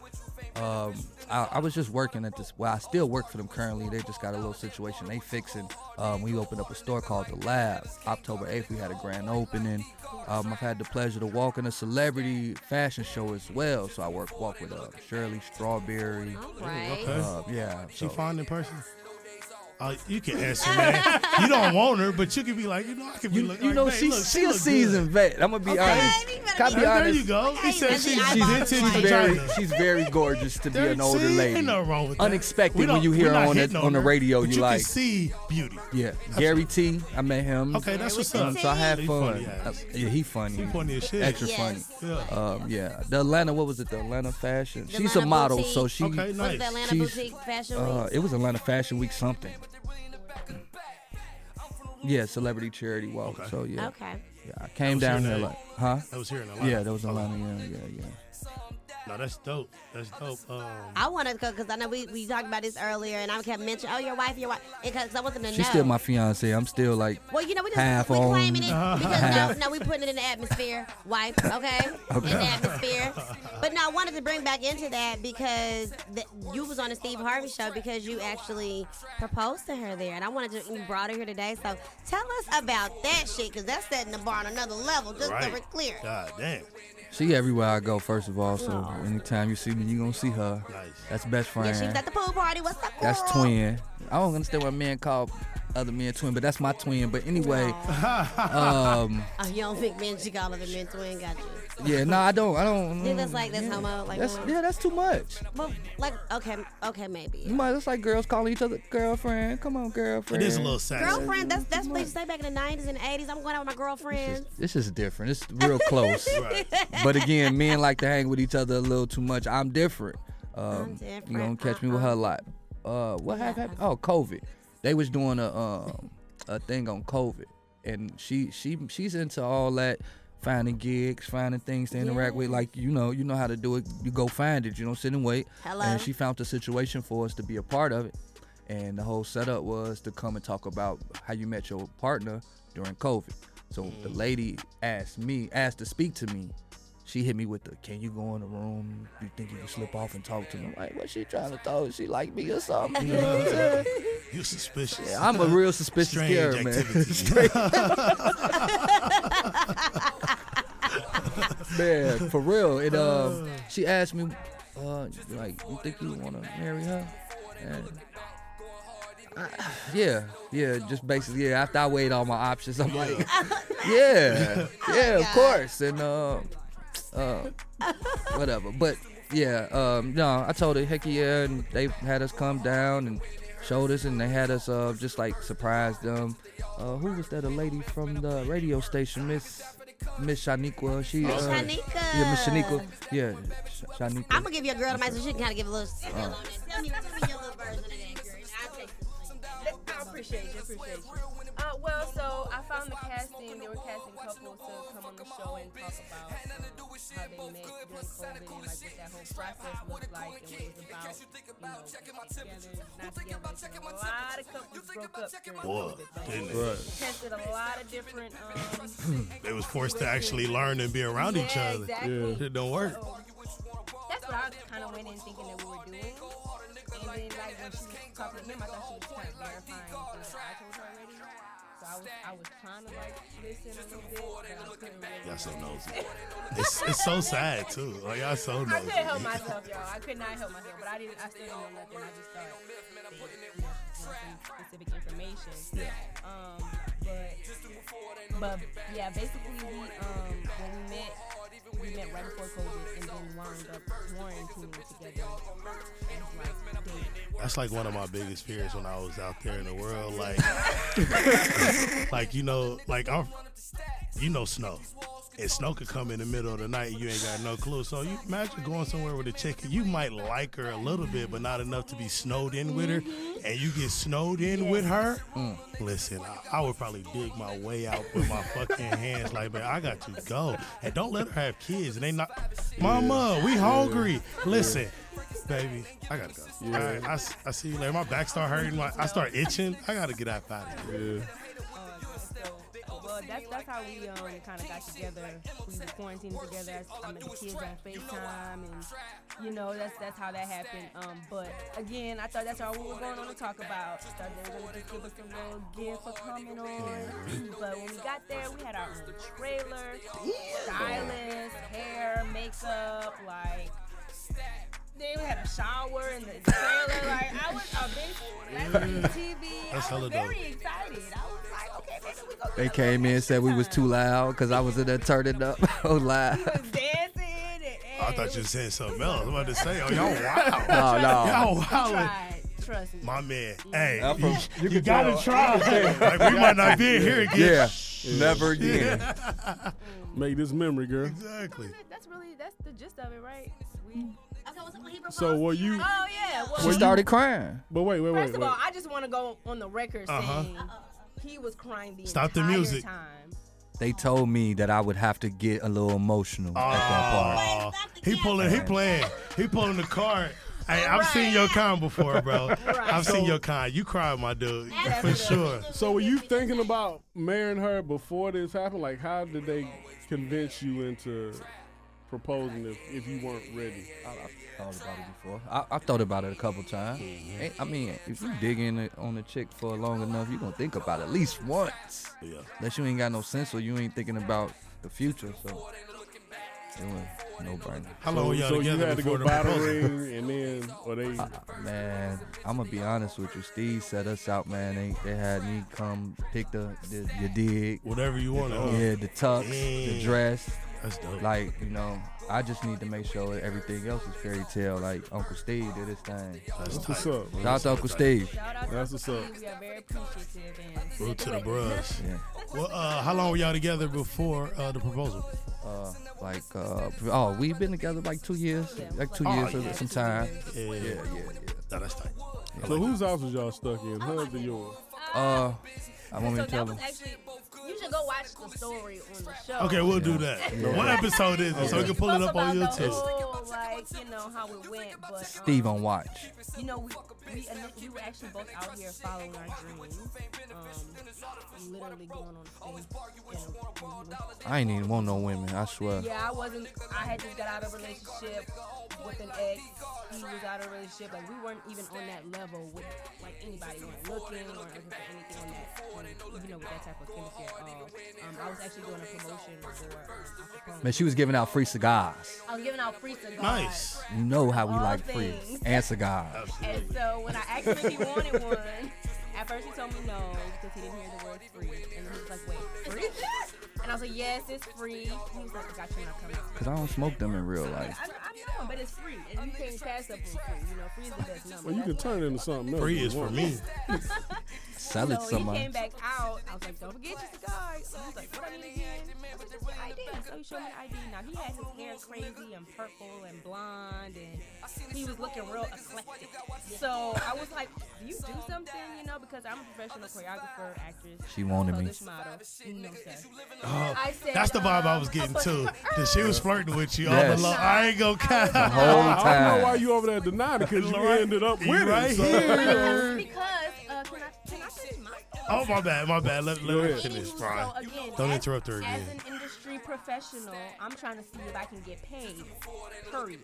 Speaker 10: Um, I, I was just working at this. Well, I still work for them currently. They just got a little situation they fixing. Um, we opened up a store called The Lab. October 8th, we had a grand opening. Um, I've had the pleasure to walk in a celebrity fashion show as well. So I work walk with uh, Shirley Strawberry.
Speaker 8: All right.
Speaker 7: Okay.
Speaker 10: Uh, yeah,
Speaker 7: She
Speaker 10: so-
Speaker 7: fine in person. Uh, you can answer, man. you don't want her, but you can be like, you know, I can be.
Speaker 10: You,
Speaker 7: like,
Speaker 10: you know,
Speaker 7: like,
Speaker 10: she,
Speaker 7: look,
Speaker 10: she a
Speaker 7: look good."
Speaker 10: seasoned vet. I'm gonna be
Speaker 7: Okay.
Speaker 10: honest.
Speaker 8: Hey, you better
Speaker 10: Can I
Speaker 8: be-
Speaker 10: be
Speaker 7: Hey,
Speaker 10: honest?
Speaker 7: there you go.
Speaker 8: Hey,
Speaker 7: He said
Speaker 8: that's
Speaker 7: she,
Speaker 8: the
Speaker 7: she's
Speaker 8: eyeball
Speaker 7: into
Speaker 8: is
Speaker 7: vagina.
Speaker 8: like-
Speaker 10: very, she's very gorgeous to be
Speaker 7: There-
Speaker 10: an older
Speaker 7: see,
Speaker 10: lady.
Speaker 7: Ain't nothing wrong with that.
Speaker 10: Unexpected
Speaker 7: We
Speaker 10: when
Speaker 7: don't-
Speaker 10: you hear
Speaker 7: we're
Speaker 10: her
Speaker 7: not
Speaker 10: on the-
Speaker 7: hitting
Speaker 10: on the
Speaker 7: her,
Speaker 10: radio,
Speaker 7: but
Speaker 10: you
Speaker 7: you
Speaker 10: like-
Speaker 7: can see beauty.
Speaker 10: Yeah, Gary T. I met him.
Speaker 7: Okay, that's what's
Speaker 10: Um,
Speaker 7: up.
Speaker 10: so I had
Speaker 7: He
Speaker 10: fun.
Speaker 7: funny ass.
Speaker 10: Uh, yeah, he funny.
Speaker 7: He funny as shit.
Speaker 10: Extra
Speaker 8: Yes.
Speaker 10: funny.
Speaker 7: Yeah.
Speaker 10: Um, yeah, the Atlanta. What was it? The Atlanta fashion. She's a
Speaker 8: Atlanta
Speaker 10: model,
Speaker 8: boutique.
Speaker 10: so she.
Speaker 7: Okay,
Speaker 8: What is
Speaker 7: nice.
Speaker 8: the Atlanta
Speaker 10: She's-
Speaker 8: Boutique Fashion Week?
Speaker 10: Uh, it was Atlanta Fashion Week something. Yeah, celebrity charity walk.
Speaker 7: Okay.
Speaker 10: So yeah,
Speaker 8: Okay.
Speaker 10: Yeah, I came
Speaker 7: was your
Speaker 10: down here
Speaker 7: name.
Speaker 10: like, huh?
Speaker 7: That was here in Atlanta.
Speaker 10: Yeah, that was
Speaker 7: Okay.
Speaker 10: Atlanta. Yeah, yeah, yeah.
Speaker 7: No, that's dope. That's dope. Um,
Speaker 8: I wanted to go because I know we, we talked about this earlier, and I kept mentioning, oh, your wife, your wife, because I wasn't to
Speaker 10: She's
Speaker 8: know.
Speaker 10: still my fiance. I'm still like,
Speaker 8: well, you know, we just
Speaker 10: half
Speaker 8: we
Speaker 10: on. Uh-huh.
Speaker 8: claiming it because
Speaker 10: Half.
Speaker 8: no, no, we putting it in the atmosphere, wife, okay, in the atmosphere. But no, I wanted to bring back into that because the, you was on the Steve Harvey show because you actually proposed to her there, and I wanted to you brought her here today. So tell us about that shit because that's setting the bar on another level. Just so
Speaker 7: Right.
Speaker 8: we're clear.
Speaker 7: God damn.
Speaker 10: she everywhere I go, first of all. So
Speaker 8: Aw.
Speaker 10: anytime you see me, you going to see her.
Speaker 7: Nice.
Speaker 10: That's best friend.
Speaker 8: Yeah, she was at the pool party. What's up,
Speaker 10: That's
Speaker 8: girl?
Speaker 10: twin. I don't understand why men call other men twin, but that's my twin. But anyway, um,
Speaker 8: Oh, you don't think men should call other men twin? Got you.
Speaker 10: yeah, no, I don't. I don't. mm,
Speaker 8: Think that's like- that's
Speaker 10: yeah.
Speaker 8: homo, like,
Speaker 10: that's,
Speaker 8: uh,
Speaker 10: yeah, that's too much.
Speaker 8: Well, like, okay, okay, maybe.
Speaker 10: You might. That's like girls calling each other girlfriend. Come on, girlfriend.
Speaker 7: It is a little sad.
Speaker 8: Girlfriend, that's that's what they used to say back in the '90s and '80s. I'm going out with my girlfriends.
Speaker 10: This is different. It's real close. But again, men like to hang with each other a little too much. I'm different. Um, You
Speaker 8: different. Uh-huh.
Speaker 10: don't catch me with her a lot. Uh, what have happened? Oh, COVID. They was doing a um a thing on COVID, and she she she's into all that. Finding gigs, finding things to interact with, like you know, you know how to do it. You go find it. You don't sit and wait.
Speaker 8: Hello.
Speaker 10: And she found the situation for us to be a part of it, and the whole setup was to come and talk about how you met your partner during COVID. So the lady asked me, asked to speak to me. She hit me with the, "Can you go in the room? You think you can slip off and talk to me?" I'm like, what she trying to throw? She like me or something? You know what I'm saying?
Speaker 7: You suspicious.
Speaker 10: Yeah, I'm a real suspicious
Speaker 7: strange
Speaker 10: character, man.
Speaker 7: activity.
Speaker 10: man, for real. And um, she asked me, uh, like, you think you want to marry her? And I- yeah, yeah, just basically, yeah. After I weighed all my options, I'm like, yeah, yeah, of course, and uh, uh, whatever. But yeah, um, no, I told her, heck yeah, and they had us come down and showed us, and they had us uh, just like surprise them. Uh, who was that? A lady from the radio station, Miss Miss Shaniqua. She, uh,
Speaker 8: Shanika.
Speaker 10: yeah, Miss Shaniqua. Yeah, Sh- Shaniqua.
Speaker 8: I'm gonna give you a girl to my so she can kind of give a little. spiel on it. Tell me, tell me your little version of that, girl. and I'll take this thing.
Speaker 1: I appreciate you. Appreciate you. Uh, well, so I found the casting. They were casting couples to come on the show and talk about um, how they met during COVID and like what that whole process was like and what it was about. You know, together, not together. And A lot of couples broke up during
Speaker 7: Boy,
Speaker 1: COVID. but
Speaker 7: didn't it?
Speaker 9: Right.
Speaker 1: Tested a lot of different. Um,
Speaker 7: They was forced to actually learn and be around each
Speaker 1: yeah,
Speaker 7: other.
Speaker 1: Exactly.
Speaker 7: It don't work.
Speaker 1: That's what I kind of went in thinking that we were doing. And then, like, when she was talking to him, I thought she was kind of verifying what I told her already. So I was, I was trying to, like, listen a little bit. But I couldn't really.
Speaker 7: Y'all so nosy. It's, it's so sad too. Like y'all so
Speaker 1: I
Speaker 7: nosy.
Speaker 1: couldn't help myself, y'all. I could not help myself, but I didn't. I still didn't know nothing. I just thought that, you know, some specific information. Um, but but yeah, basically we um when we met, we met right before COVID, and then wound up quarantining together. And, like, dating.
Speaker 7: That's like one of my biggest fears when I was out there in the world. Like, like you know, like I'm, you know, snow. And snow could come in the middle of the night and you ain't got no clue. So you imagine going somewhere with a chick. You might like her a little bit, but not enough to be snowed in with her. And you get snowed in with her. Listen, I, I would probably dig my way out with my fucking hands. Like, man, I got to go. And don't let her have kids. And they not, mama, we hungry. Listen, baby, I gotta go.
Speaker 9: Yeah.
Speaker 7: All right, I, s- I see you later. My back start hurting. My, I start itching. I gotta get up out of here.
Speaker 9: Yeah.
Speaker 1: uh, So, well, that's that's how we um kind of got together. We were quarantined together. I met the kids on Facetime, and you know that's that's how that happened. Um, but again, I thought that's all we were going on to talk about. Thought they were gonna just give us a little gift for coming
Speaker 7: Mm-hmm.
Speaker 1: on. But when we got there, we had our own trailer, stylist, hair, makeup, like. Then we had a shower in the trailer. Like I was a big that's TV.
Speaker 7: Mm. That's
Speaker 1: I
Speaker 7: hella
Speaker 1: was
Speaker 7: dope.
Speaker 1: very excited. I was like, okay, maybe we gonna
Speaker 10: they
Speaker 1: get a
Speaker 10: came in
Speaker 1: little
Speaker 10: and said we was
Speaker 1: time.
Speaker 10: too loud because I was in there turning up. Oh,
Speaker 1: We
Speaker 10: loud.
Speaker 1: was dancing and,
Speaker 7: I thought you said something else. I'm about to say, oh, y'all wow.
Speaker 10: No, no.
Speaker 7: Y'all wow.
Speaker 1: tried. Trust me.
Speaker 7: My man, hey,
Speaker 10: I'm from-
Speaker 7: you,
Speaker 10: you
Speaker 7: you gotta try. like, we might not be in here again.
Speaker 10: Yeah, never again.
Speaker 9: Make this memory, girl.
Speaker 7: Exactly.
Speaker 1: That's really that's the gist of it, right? We,
Speaker 8: Okay, what's up when he proposed?
Speaker 9: So were you?
Speaker 1: oh yeah. Well,
Speaker 10: She started crying.
Speaker 9: But wait, wait,
Speaker 1: first
Speaker 9: wait,
Speaker 1: of
Speaker 9: wait.
Speaker 1: all, I just want to go on the record
Speaker 7: Uh-huh.
Speaker 1: saying he was crying the
Speaker 7: Stop the
Speaker 1: entire
Speaker 7: music.
Speaker 1: time.
Speaker 10: They told me that I would have to get a little emotional at that
Speaker 9: uh,
Speaker 10: part.
Speaker 7: Aw, he pulling, he playing, he pulling the card. Hey, I've seen your kind before, bro. I've seen your kind. You cried, my dude, for sure.
Speaker 9: So were you thinking about marrying her before this happened? Like, how did they convince you into proposing if, if you weren't ready?
Speaker 10: thought about it before. I, I thought about it a couple times. Eh, I mean, if you dig in it- on a chick for long enough, you're gonna think about it at least once.
Speaker 7: Yeah.
Speaker 10: Unless you ain't got no sense or you ain't thinking about the future. So it was no brainer.
Speaker 7: How long were y'all
Speaker 9: so you
Speaker 7: together
Speaker 9: had to
Speaker 7: before
Speaker 9: go
Speaker 7: the
Speaker 9: buy the
Speaker 7: proposal?
Speaker 9: ring and then, or they,
Speaker 10: Man, I'm gonna be honest with you. Steve set us out, man. They, they had me come pick the, the your dig,
Speaker 7: Whatever you want. huh?
Speaker 10: yeah, the tux, the
Speaker 7: Uh, Yeah.
Speaker 10: dress.
Speaker 7: That's dope.
Speaker 10: Like you know, I just need to make sure everything else is fairy tale. Like Uncle Steve did his thing.
Speaker 9: that's
Speaker 7: That's tight.
Speaker 9: what's up.
Speaker 10: Shout out to Uncle Steve.
Speaker 1: Shout out
Speaker 9: That's what's up.
Speaker 1: to you. We are very appreciative. And
Speaker 7: Root to the brush.
Speaker 10: Yeah.
Speaker 7: Well, uh, how long were y'all together before uh, the proposal?
Speaker 10: uh, like uh, oh, we've been together like two years, like two years or some time.
Speaker 7: Yeah,
Speaker 10: Yeah, yeah,
Speaker 7: Nah, that's tight.
Speaker 9: So whose house was y'all stuck in? Hers or yours?
Speaker 10: yeah. Uh, I want me
Speaker 3: So
Speaker 10: to tell
Speaker 3: that was
Speaker 10: them.
Speaker 3: actually. You should go watch the story on the show.
Speaker 7: Okay, we'll do that. What episode is it? So we can pull it
Speaker 3: Spoke
Speaker 7: up on
Speaker 3: about the
Speaker 7: YouTube.
Speaker 1: whole, like, you know, how it went. But, um,
Speaker 10: Steve on watch.
Speaker 1: you know, we, we, ini- we were actually both out here following our dreams. Um, literally going on a thing. And we were
Speaker 10: I ain't even want no women. I swear.
Speaker 1: Yeah, I wasn't. I had just got out of a relationship with an ex. He was out of a relationship. Like we weren't even on that level with like anybody. We weren't looking or looking for anything on that. um, you know, with that type of chemistry at all. Um, I was actually doing a promotion for. Um, Acapone.
Speaker 10: Man, she was giving out free cigars.
Speaker 1: I was giving out free cigars.
Speaker 7: Nice.
Speaker 10: You know how we
Speaker 1: All
Speaker 10: like free
Speaker 1: things.
Speaker 10: and cigars.
Speaker 1: And so when I asked him if he wanted one, at first he told me no because he didn't hear the word free. And he was like, wait, free? And I was like, yes, it's free. He was like, I got you not coming.
Speaker 10: Cause I don't smoke them in real life.
Speaker 1: I, I know, but it's free, and you can't pass up on free. You know, free is the best number.
Speaker 9: Well, you can
Speaker 1: That's why.
Speaker 9: turn it into something else.
Speaker 7: Free
Speaker 9: if you
Speaker 7: is for
Speaker 9: want.
Speaker 7: me.
Speaker 10: Sell it to
Speaker 1: So he
Speaker 10: somebody.
Speaker 1: came back out. I was like, "Don't forget your cigar." So he's like, "What I need again?" I was like, "Just your ID." So he showed me the ID. Now he had his hair crazy and purple and blonde, and he was looking real eclectic. So I was like, "Do you do something?" You know, because I'm a professional choreographer, actress.
Speaker 10: She wanted me.
Speaker 1: published Model. No, sir.
Speaker 7: Oh,
Speaker 1: I said,
Speaker 7: that's the vibe I was
Speaker 1: um,
Speaker 7: getting
Speaker 1: I was
Speaker 7: too.
Speaker 1: like,
Speaker 7: That she was flirting with you all
Speaker 10: Yes.
Speaker 7: along. I ain't gonna
Speaker 10: The
Speaker 7: count.
Speaker 10: whole
Speaker 9: I don't know why
Speaker 10: time.
Speaker 9: you over there denying it because you
Speaker 7: Right.
Speaker 9: ended up with
Speaker 7: You
Speaker 9: it.
Speaker 7: right
Speaker 9: so-
Speaker 7: here.
Speaker 3: Because uh, can I can I finish my
Speaker 7: Oh my bad, my bad. Let, let her
Speaker 9: ahead.
Speaker 7: finish,
Speaker 1: Anywho,
Speaker 7: Brian.
Speaker 1: so again,
Speaker 7: Don't
Speaker 1: as-
Speaker 7: interrupt her
Speaker 1: As
Speaker 7: again.
Speaker 1: an industry professional, I'm trying to see if I can get paid. Period.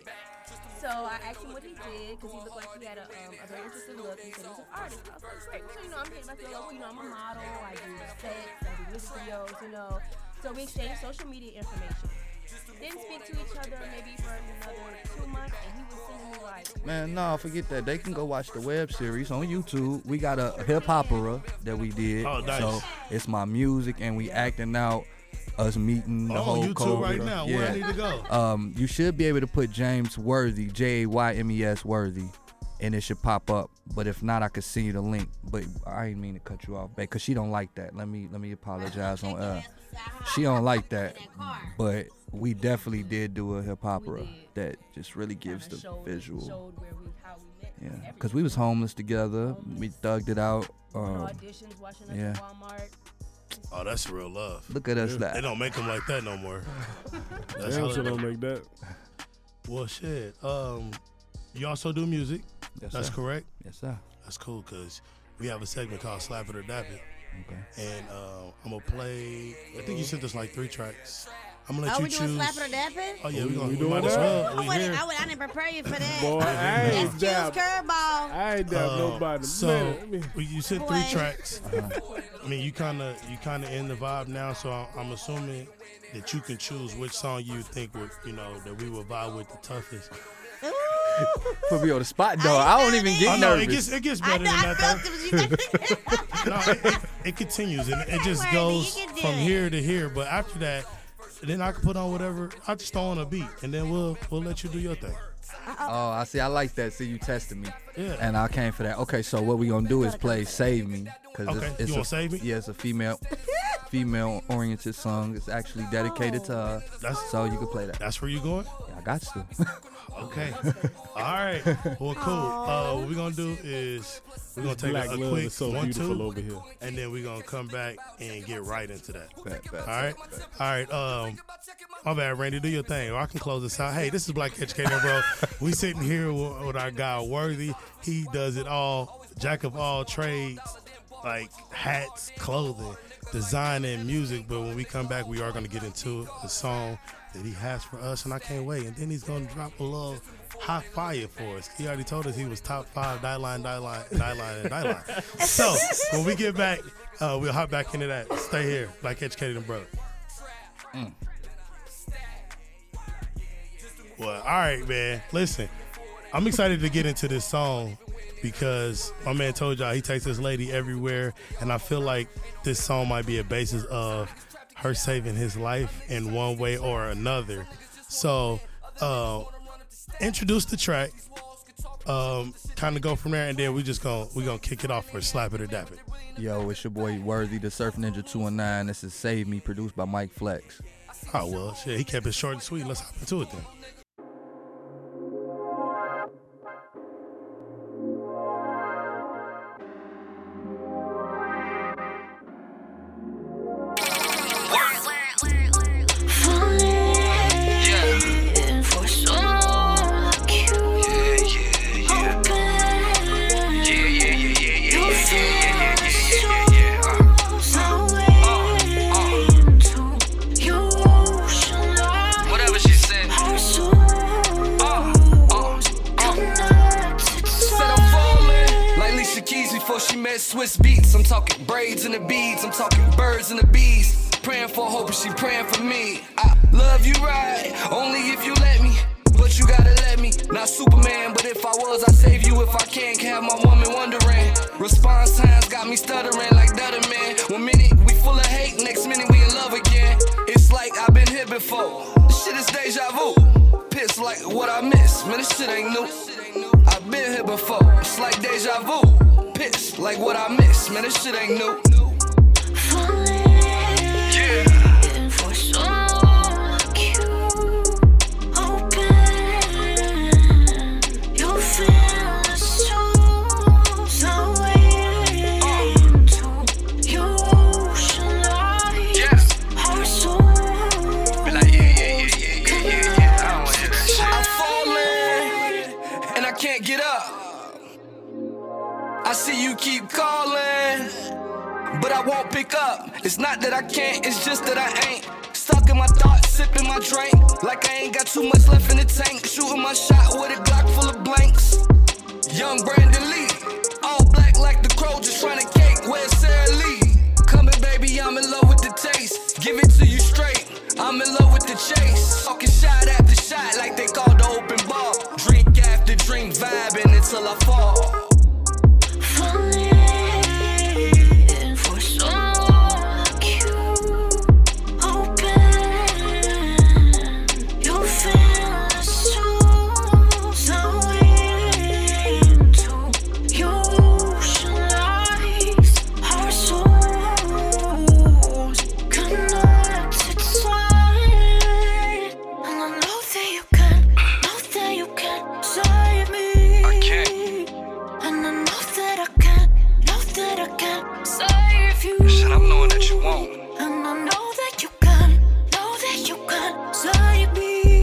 Speaker 1: So I asked him what he did because he looked like he had a, um, a very interesting look. He said he was an artist. I was like, great. So you know, I'm getting myself, you know, I'm a model. I do sets, I do music videos, you know. So we exchanged social media information. Didn't speak to each other maybe for another two months, and he was sending me like
Speaker 10: Man, no, forget that. They can go watch the web series on YouTube. We got a hip opera that we did.
Speaker 7: Oh, nice.
Speaker 10: So it's my music and we acting out us meeting the
Speaker 7: Oh,
Speaker 10: whole
Speaker 7: on YouTube
Speaker 10: COVID.
Speaker 7: right now.
Speaker 10: Yeah.
Speaker 7: Where I need to go?
Speaker 10: um, you should be able to put James Worthy, J A Y M E S Worthy, and it should pop up. But if not, I could send you the link. But I didn't mean to cut you off, babe, because she don't like that. Let me let me apologize on uh, she don't like that. But we definitely did do a hip opera that just really gives
Speaker 1: kinda
Speaker 10: the
Speaker 1: showed,
Speaker 10: visual.
Speaker 1: showed where we how we met.
Speaker 10: Yeah,
Speaker 1: and
Speaker 10: because we was homeless together. We thugged it out. Um,
Speaker 1: everything. auditions, watching us
Speaker 10: yeah.
Speaker 1: at Walmart.
Speaker 7: Oh, that's real love.
Speaker 10: look at us
Speaker 7: They
Speaker 10: now.
Speaker 7: don't make them like that no more. That's
Speaker 9: Damn,
Speaker 7: how
Speaker 9: so don't make that.
Speaker 7: Well, shit. Um, you also do music.
Speaker 10: Yes,
Speaker 7: That's
Speaker 10: sir.
Speaker 7: correct.
Speaker 10: Yes, sir.
Speaker 7: That's cool because we have a segment called Slap It or Dap It.
Speaker 10: Okay.
Speaker 7: And uh, I'm going to play, I think you sent us like three tracks. I'm going to let
Speaker 8: Oh,
Speaker 7: you
Speaker 8: we
Speaker 7: choose.
Speaker 8: doing slap it or dap it?
Speaker 7: Oh, yeah, we,
Speaker 9: We-
Speaker 7: gonna,
Speaker 9: we
Speaker 7: we,
Speaker 9: doing
Speaker 7: might as
Speaker 9: that?
Speaker 7: well.
Speaker 8: I,
Speaker 7: We
Speaker 8: wouldn't-
Speaker 7: here.
Speaker 8: I, would, I didn't prepare you for that.
Speaker 9: Boy, I ain't
Speaker 8: Excuse
Speaker 9: dabbed.
Speaker 8: curveball.
Speaker 9: I ain't dabbed
Speaker 7: Uh,
Speaker 9: nobody.
Speaker 7: so
Speaker 9: Man,
Speaker 7: we- you sent three
Speaker 8: Boy.
Speaker 7: tracks. I mean, you kind of you kind of in the vibe now, so I- I'm assuming that you can choose which song you think would you know that we would vibe with the toughest.
Speaker 8: Ooh.
Speaker 10: Put me on the spot, though. I don't even
Speaker 7: I
Speaker 10: get
Speaker 7: know
Speaker 10: nervous.
Speaker 7: it gets it gets
Speaker 8: I
Speaker 7: better
Speaker 8: know.
Speaker 7: than
Speaker 8: I
Speaker 7: that. though.
Speaker 8: felt it. was you-
Speaker 7: no, it, it, it continues and it just
Speaker 8: Worthy,
Speaker 7: goes
Speaker 8: you can do
Speaker 7: from
Speaker 8: it.
Speaker 7: here to here. But after that, then I can put on whatever. I just throw on a beat, and then we'll we'll let you do your thing.
Speaker 10: Oh, I see. I like that. See, you tested me.
Speaker 7: Yeah.
Speaker 10: And I came for that. Okay, so what we gonna do is play "Save Me" because
Speaker 7: Okay,
Speaker 10: it's,
Speaker 7: you
Speaker 10: it's a
Speaker 7: wanna save me?
Speaker 10: yeah, it's a female.
Speaker 11: female oriented song. It's actually dedicated to her.
Speaker 7: That's-
Speaker 11: so you can play that.
Speaker 7: That's where you going?
Speaker 11: Yeah, I got to.
Speaker 7: Okay. All right. Well, cool. Uh, what we're gonna do is we're gonna take
Speaker 1: Black
Speaker 7: a, a
Speaker 1: love
Speaker 7: quick
Speaker 1: is so
Speaker 7: one
Speaker 1: beautiful
Speaker 7: two,
Speaker 1: over here.
Speaker 7: and then we're gonna come back and get right into that.
Speaker 11: Bet, bet.
Speaker 7: All right. All right. Um, my bad, Randy. Do your thing, or I can close this out. Hey, this is Black Educator, bro. we sitting here with, with our guy Worthy. He does it all, jack of all trades, like hats, clothing, designing, music. But when we come back, we are going to get into the song that he has for us, and I can't wait. And then he's going to drop a little hot fire for us. He already told us he was top five, die line, die line, die line, and die line. so when we get back, uh, we'll hop back into that. Stay here, Black Educated and Brother. Well, all right, man. Listen, I'm excited to get into this song because my man told y'all he takes this lady everywhere, and I feel like this song might be a basis of her saving his life in one way or another. So, uh, introduce the track, um, kind of go from there, and then we just gonna we gonna kick it off for slap it or dap it.
Speaker 11: Yo, it's your boy Worthy, the Surf Ninja 219. This is Save Me, produced by Mike Flex.
Speaker 7: Oh well, shit, he kept it short and sweet. Let's hop into it then.
Speaker 10: Whatever she said. Uh, uh, uh. Said I'm falling like Alicia Keys before she met Swiss Beats. I'm talking braids and the beads. I'm talking birds and the bees. Praying for hope, and she praying for me. I love you right, only if you let me. But you gotta let me. Not Superman, but if I was, I'd save you if I can. Can have my woman wondering. Response times got me stuttering like Dutter Man. One minute we full of hate, next minute we in love again. It's like I've been here before. This shit is deja vu. Pissed like what I miss. Man, this shit ain't new. I've been here before. It's like deja vu. Pissed like what I miss. Man, this shit ain't new. and I can't get up. I see you keep calling, but I won't pick up. It's not that I can't, it's just that I ain't. Stuck in my thoughts, sipping my drink, like I ain't got too much left in the tank. Shooting my shot with a Glock full of blanks. Young Brandon Lee, all black like the crow, just tryna cake. Where's Sarah Lee? Coming, baby, I'm in love with the taste. Give it to you straight. I'm in love with the chase. Talking shot after shot, like they call the open ball. Drink after drink, vibing until I fall. I can't. Shit, I'm knowing that you won't.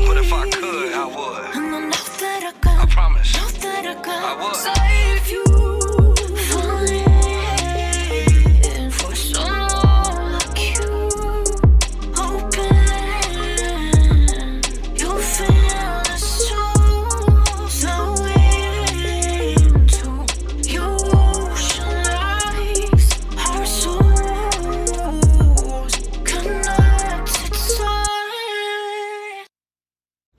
Speaker 10: But if I could, I would. I promise. I would.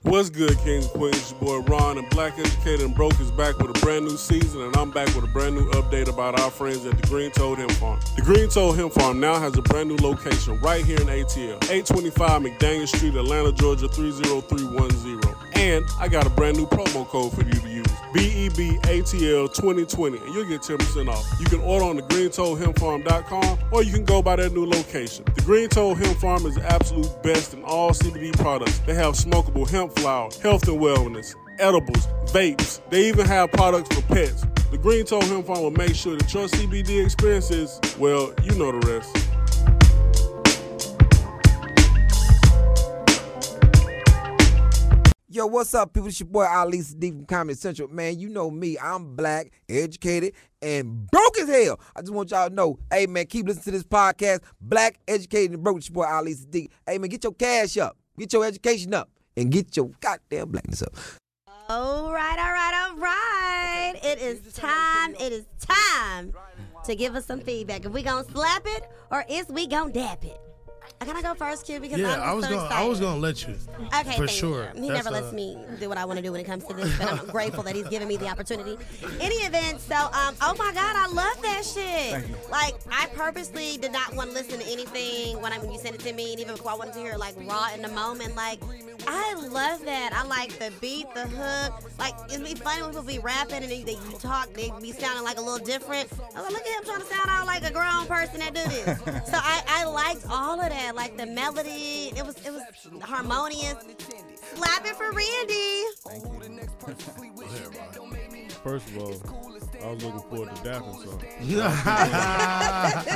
Speaker 1: What's good, Kings and Queens? It's your boy Ron and Black Educated and Broke is back with a brand new season, and I'm back with a brand new update about our friends at the Green Toad Hemp Farm. The Green Toad Hemp Farm now has a brand new location right here in ATL, 825 McDaniel Street, Atlanta, Georgia 30310. And
Speaker 9: And I got a brand new promo code for you to use
Speaker 1: E
Speaker 9: BEBATL2020, and you'll get 10% off. You can order on the greentoehempfarm.com or you can go by their new location. The Green Toe Hemp Farm is the absolute best in all CBD products. They have smokable hemp flour, health and wellness, edibles, vapes. They even have products for pets. The Green Toe Hemp Farm will make sure that your CBD experience is, well, you know the rest.
Speaker 12: Yo, what's up, people? It's your boy Ali Sadiq from Comedy Central. Man, you know me. I'm black, educated, and broke as hell. I just want y'all to know, hey, man, keep listening to this podcast. Black, educated, and broke. It's your boy Ali Sadiq. Hey, man, get your cash up. Get your education up. And get your goddamn blackness up.
Speaker 8: All right, all right, all right. It is time. It is time to give us some feedback. If we gonna slap it or is we gonna dap it? I gotta go first, Q, because
Speaker 7: yeah,
Speaker 8: I'm
Speaker 7: I was
Speaker 8: so
Speaker 7: gonna,
Speaker 8: excited.
Speaker 7: I was gonna let you.
Speaker 8: Okay,
Speaker 7: for
Speaker 8: thank
Speaker 7: sure.
Speaker 8: you. He
Speaker 7: That's uh,
Speaker 8: never lets
Speaker 7: a-
Speaker 8: me do what I want to do when it comes to this, but I'm grateful that he's giving me the opportunity. Any event, so um, oh my God, I love that shit.
Speaker 13: Thank you.
Speaker 8: Like I purposely did not want to listen to anything when I when you sent it to me, and even if I wanted to hear like raw in the moment, like I love that. I like the beat, the hook. Like it'd be funny when people be rapping and they, they you talk, they be sounding like a little different. I was like, look at him trying to sound out like a grown person that do this. so I, I liked all of that, like the melody. It was it was harmonious. Slap it for Randy.
Speaker 14: First of all, I was looking forward to dapping
Speaker 7: something.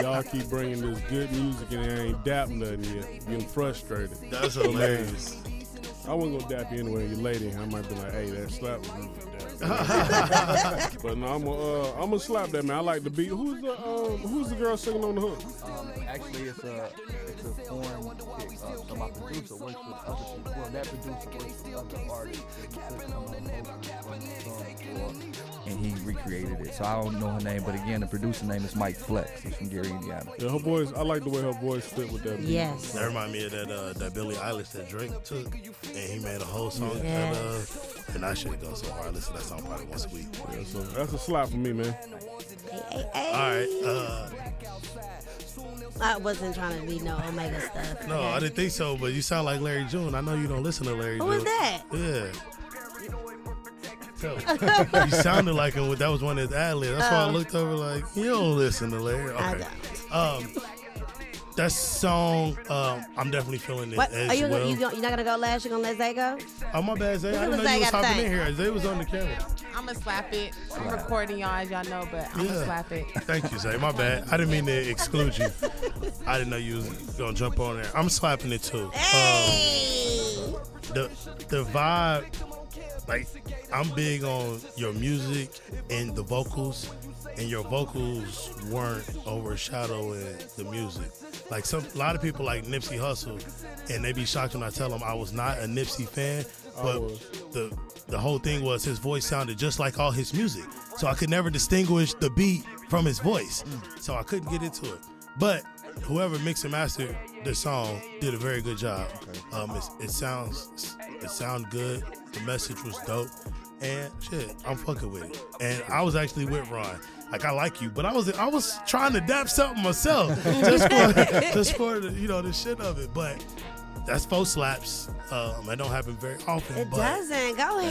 Speaker 14: Y'all keep bringing this good music and it ain't dap nothing yet. Getting frustrated.
Speaker 7: That's
Speaker 14: But, man,
Speaker 7: hilarious.
Speaker 14: I wasn't gonna dap you anyway. You lady, I might be like, hey, that slap was really dap. but no, I'm gonna uh, I'm gonna slap that man. I like the beat. Who's the um, who's the girl singing on the hook?
Speaker 10: Um, actually, it's a it's a foreign chick. Uh, so my producer works with other people. Well, that producer works with other artists. and he took my vocal from the song And he recreated it. So I don't know her name, but again, the producer name is Mike Flex. He's from Gary, Indiana.
Speaker 14: Yeah, her voice. I like the way her voice fit with that. beat.
Speaker 7: That remind me of that uh, that Billy Eilish that Drake took, and he made a whole song.
Speaker 14: Yeah.
Speaker 7: That, uh, and I should go so hard. I listen to that song probably once a week.
Speaker 14: So that's a slap for me, man.
Speaker 7: All right. Uh,
Speaker 8: I wasn't trying to be no Omega stuff.
Speaker 7: no, I
Speaker 8: Okay.
Speaker 7: didn't think so, but you sound like Larry June. I know you don't listen to Larry
Speaker 8: Who is
Speaker 7: June.
Speaker 8: that?
Speaker 7: Yeah. Tell. you sounded like him. That was one of his ad libs. That's why I
Speaker 8: Oh.
Speaker 7: looked over like, you don't listen to Larry. Okay. Um, that song, um, I'm definitely feeling it
Speaker 8: What
Speaker 7: as
Speaker 8: are you
Speaker 7: well.
Speaker 8: gonna, you gonna, you're not gonna go last? You're gonna let Zay go?
Speaker 7: oh, my bad, Zay.
Speaker 8: Look
Speaker 7: I
Speaker 8: at what
Speaker 7: didn't know
Speaker 8: Zay
Speaker 7: you was
Speaker 8: got to
Speaker 7: hopping in
Speaker 8: say.
Speaker 7: here. Zay was on the camera.
Speaker 13: I'm gonna slap it. I'm recording y'all as y'all know, but I'm
Speaker 7: Yeah.
Speaker 13: gonna slap it.
Speaker 7: Thank you, Zay. My bad. I didn't mean to exclude you. I didn't know you was gonna jump on there. I'm slapping it too. Um, the the vibe, like I'm big on your music and the vocals, and your vocals weren't overshadowing the music. Like some, a lot of people like Nipsey Hussle, and they be shocked when I tell them I was not a Nipsey fan, but the the whole thing was his voice sounded just like all his music, so I could never distinguish the beat from his voice, so I couldn't get into it. But whoever mixed and mastered the song did a very good job. Um, it's, it sounds it sound good. The message was dope, and shit, I'm fucking with it. And I was actually with Ron. Like I like you, but I was I was trying to dap something myself just for just for the, you know the shit of it. But that's four slaps. Um, that don't happen very often.
Speaker 8: It
Speaker 7: but
Speaker 8: doesn't. Go
Speaker 7: Yeah,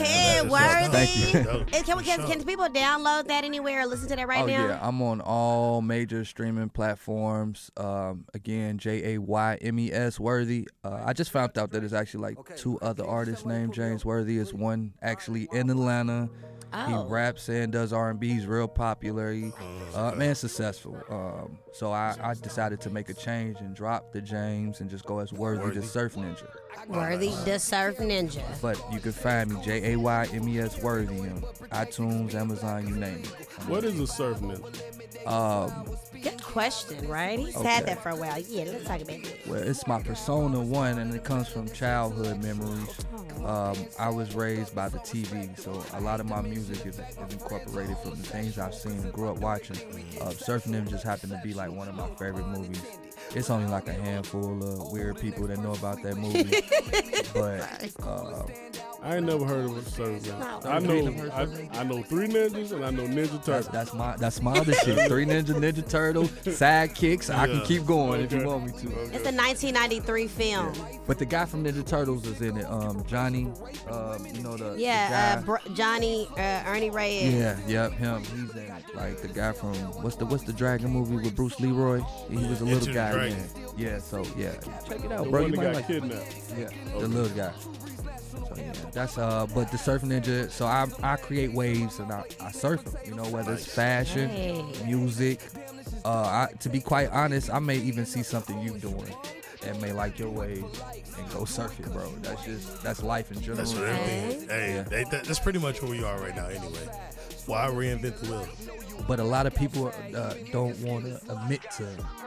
Speaker 8: ahead,
Speaker 7: that's
Speaker 8: worthy.
Speaker 7: dope. Dope.
Speaker 8: And Can, we, can,
Speaker 7: For
Speaker 8: can
Speaker 7: sure.
Speaker 8: people download that anywhere or listen to that right
Speaker 10: oh
Speaker 8: now?
Speaker 10: yeah, I'm on all major streaming platforms. Um, again, J A Y M E S Worthy. Uh, I just found out that there's actually like two other artists named James Worthy. Is one actually in Atlanta.
Speaker 8: Oh.
Speaker 10: He raps and does R and B. He's real popular. He, uh, man, successful. Um, so I, I decided to make a change and drop the James and just go as Worthy, the Surf Ninja.
Speaker 8: Worthy the Surf Ninja.
Speaker 10: But you can find me J A Y M E S Worthy on iTunes, Amazon, you name it.
Speaker 14: What is a surf ninja?
Speaker 10: Um,
Speaker 8: Good question, right? He's
Speaker 10: Okay.
Speaker 8: had that for a while. Yeah, let's talk about it.
Speaker 10: Well, it's my persona one, and it comes from childhood memories. Um, I was raised by the TV, so a lot of my music is, is incorporated from the things I've seen and grew up watching. Uh, Surf Ninjas happened to be like one of my favorite movies. It's only like a handful of weird people that know about that movie, but uh,
Speaker 14: I ain't never heard of a service.
Speaker 8: No.
Speaker 14: I
Speaker 10: You ain't
Speaker 14: know
Speaker 10: never heard of
Speaker 14: I, I know three ninjas and I know Ninja Turtles.
Speaker 10: That's, that's my that's my other shit. Three Ninja Ninja Turtle, sidekicks. I can
Speaker 14: Yeah.
Speaker 10: keep going if you
Speaker 14: Okay.
Speaker 10: want me to.
Speaker 8: It's a 1993 film.
Speaker 10: But the guy from Ninja Turtles is in it. Um, Johnny. Um, you know the the
Speaker 8: Yeah,
Speaker 10: guy.
Speaker 8: uh, Br- Johnny uh, Ernie Reyes.
Speaker 10: Yeah, yep, him. He's in it. Like the guy from what's the what's the dragon movie with Bruce Leroy? He was a
Speaker 14: Into
Speaker 10: little
Speaker 14: the
Speaker 10: guy.
Speaker 14: Dragon.
Speaker 10: Yeah. yeah, so yeah. Check it out,
Speaker 14: The
Speaker 10: bro.
Speaker 14: one that
Speaker 10: You might
Speaker 14: got
Speaker 10: like it.
Speaker 14: kidnapped.
Speaker 10: Yeah,
Speaker 14: Okay.
Speaker 10: the little guy. So yeah, that's uh but the surf ninja, so I I create waves and I, I surf them, you know, whether it's fashion,
Speaker 8: Nice.
Speaker 10: music. Uh I, to be quite honest, I may even see something you doing and may like your waves and go surf it, bro. That's just that's life in general.
Speaker 7: That's what everything. Hey,
Speaker 10: Yeah.
Speaker 7: they- that- that's pretty much where we are right now, anyway. Why reinvent the wheel?
Speaker 10: but a lot of people uh, don't want to admit to,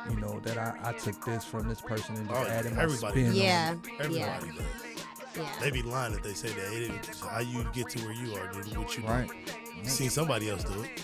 Speaker 10: you know, that I, I took this from this person and just
Speaker 7: Oh,
Speaker 10: added my
Speaker 7: everybody.
Speaker 10: spin. on
Speaker 7: does.
Speaker 10: it.
Speaker 7: Everybody does. They be lying if they say that. It is how you get to where you are, dude. What you
Speaker 10: right?
Speaker 7: You seen somebody else do it.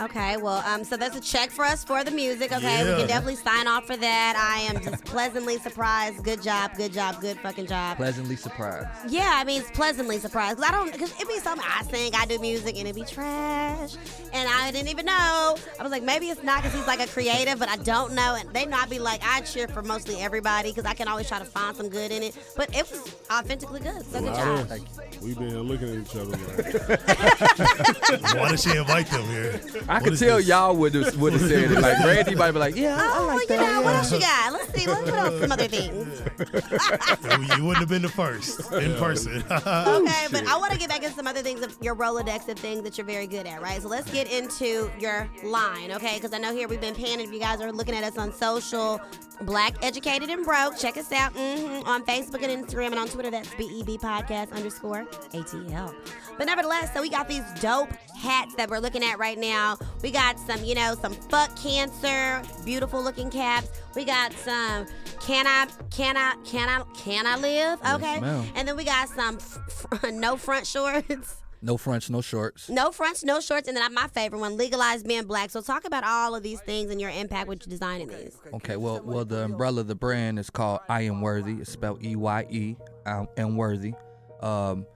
Speaker 8: Okay, well, um, so that's a check for us for the music. Okay, we
Speaker 7: Yeah.
Speaker 8: can definitely sign off for that. I am just pleasantly surprised. Good job, good job, good fucking job.
Speaker 10: Pleasantly surprised.
Speaker 8: Yeah, I mean, it's pleasantly surprised. 'Cause I don't, because it be something I sing, I do music, and it be trash. And I didn't even know. I was like, maybe it's not because he's like a creative, but I don't know. And they know I'd be like, I cheer for mostly everybody because I can always try to find some good in it. But it was authentically good. So good
Speaker 14: Lotta-
Speaker 8: job.
Speaker 14: we been here looking at each other like.
Speaker 7: Why did she invite them here?
Speaker 10: I
Speaker 14: What
Speaker 10: could
Speaker 14: is
Speaker 10: tell
Speaker 14: this?
Speaker 10: y'all would have would have said it. Like Randy might be like, yeah, I- I like
Speaker 8: Well, Oh, you know, what
Speaker 10: that.
Speaker 8: else you got? Let's see. Let's put on some other things.
Speaker 7: you you wouldn't have been the first in person. Oh,
Speaker 8: Okay, but I want to get back into some other things of your Rolodex of things that you're very good at, right? So let's get into your line, okay? Because I know here we've been panning. If you guys are looking at us on social, Black Educated and Broke, check us out mhm, on Facebook and Instagram and on Twitter. That's BEB Podcast underscore ATL. But nevertheless, so we got these dope hats that we're looking at right now. We got some, you know, some fuck cancer, beautiful looking caps. We got some can I, can I, can I, can I live?
Speaker 10: Yes,
Speaker 8: Okay.
Speaker 10: ma'am.
Speaker 8: And then we got some f- f- no front shorts,
Speaker 10: No fronts, no shorts.
Speaker 8: no fronts, no shorts, and then my favorite one, legalized being black. So talk about all of these things and your impact with designing these.
Speaker 10: Okay, well, well, the umbrella, the brand is called I Am Worthy. It's spelled E Y E, I Am Worthy. Um,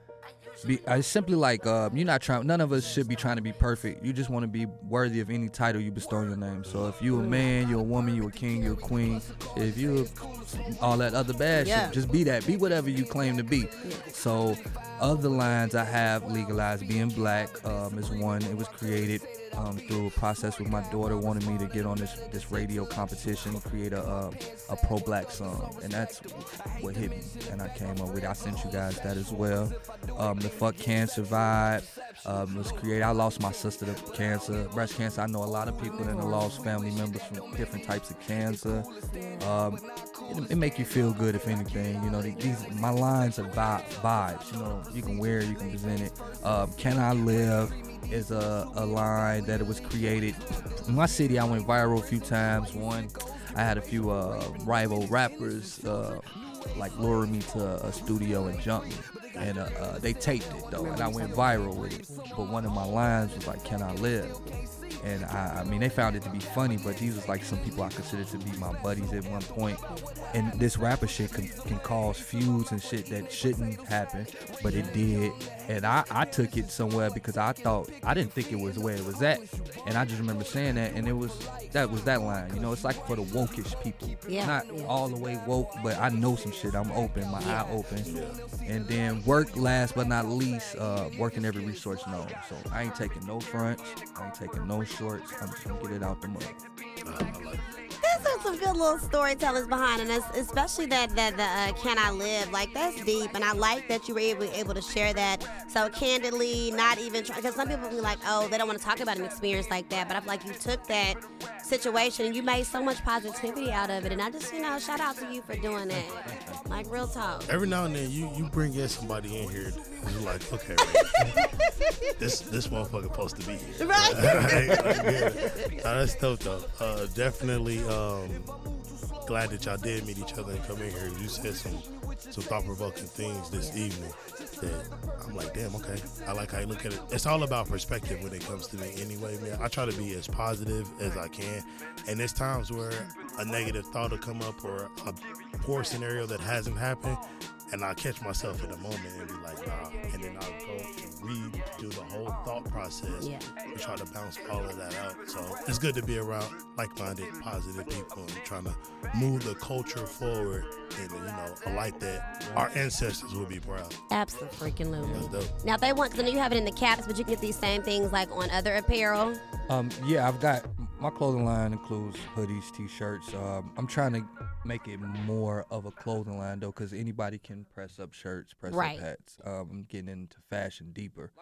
Speaker 10: be, uh, it's simply like uh, you're not trying. None of us should be trying to be perfect. You just want to be worthy of any title you bestow your name. So if you a man, you're a woman, you're a king, you're a queen. If you all that other bad
Speaker 15: Yeah.
Speaker 10: shit, just be that. Be whatever you claim to be. So other lines I have legalized being black um, is one. It was created um, through a process with my daughter wanted me to get on this this radio competition, create a uh, a pro black song, and that's what hit me. And I came up with. it. I sent you guys that as well. Um, the fuck cancer vibe um, was created. I lost my sister to cancer, breast cancer. I know a lot of people that have lost family members from different types of cancer. Um, it, it make you feel good if anything. You know, these my lines are vi- vibes. You know, you can wear, it, you can present it. Um, Can I live? Is a, a line that it was created. In my city, I went viral a few times. One, I had a few uh, rival rappers uh, like lure me to a studio and jump me, and uh, uh, they taped it though, and I went viral with it. But one of my lines was like, "Can I live?" and I, I mean they found it to be funny but these was like some people i considered to be my buddies at one point and this rapper shit can, can cause feuds and shit that shouldn't happen but it did and I, I took it somewhere because i thought i didn't think it was where it was at and i just remember saying that and it was that was that line you know it's like for the wokeish people
Speaker 15: Yeah.
Speaker 10: not
Speaker 15: Yeah.
Speaker 10: all the way woke but i know some shit i'm open my
Speaker 15: Yeah.
Speaker 10: eye open and then work last but not least uh, working every resource known so i ain't taking no fronts i ain't taking no shorts i'm just gonna get it out the mud
Speaker 8: There's some- some good little storytellers behind it, and it's- especially that that the uh, "Can I Live" like that's deep, and I like that you were able, able to share that so candidly, not even because some people be like, oh, they don't want to talk about an experience like that, but I'm like, you took that situation and you made so much positivity out of it, and I just you know shout out to you for doing that, like real talk.
Speaker 7: Every now and then, you you bring in somebody in here. and You're like, okay, Randy, this this motherfucker supposed to be here.
Speaker 8: Right.
Speaker 7: Like, yeah. Nah, that's dope though. Uh, definitely um, glad that y'all did meet each other and come in here. You said some some thought provoking things this evening that I'm like, damn, okay. I like how you look at it. It's all about perspective when it comes to me, anyway, man. I try to be as positive as I can, and there's times where a negative thought will come up or a poor scenario that hasn't happened and I catch myself in a moment and be like, nah, and then I'll go and redo the whole thought process
Speaker 8: Yeah.
Speaker 7: and try to bounce all of that out. So it's good to be around like-minded, positive people and trying to move the culture forward. And you know, I like that. Our ancestors will be proud. That's
Speaker 8: Absolutely.
Speaker 7: dope.
Speaker 8: Now if they want, because I know you have it in the caps, but you can get these same things like on other apparel.
Speaker 10: Um, yeah, I've got my clothing line includes hoodies, t-shirts. Um, I'm trying to make it more of a clothing line though, because anybody can press up shirts, press
Speaker 8: Right.
Speaker 10: up hats. Um, I'm getting into fashion deeper,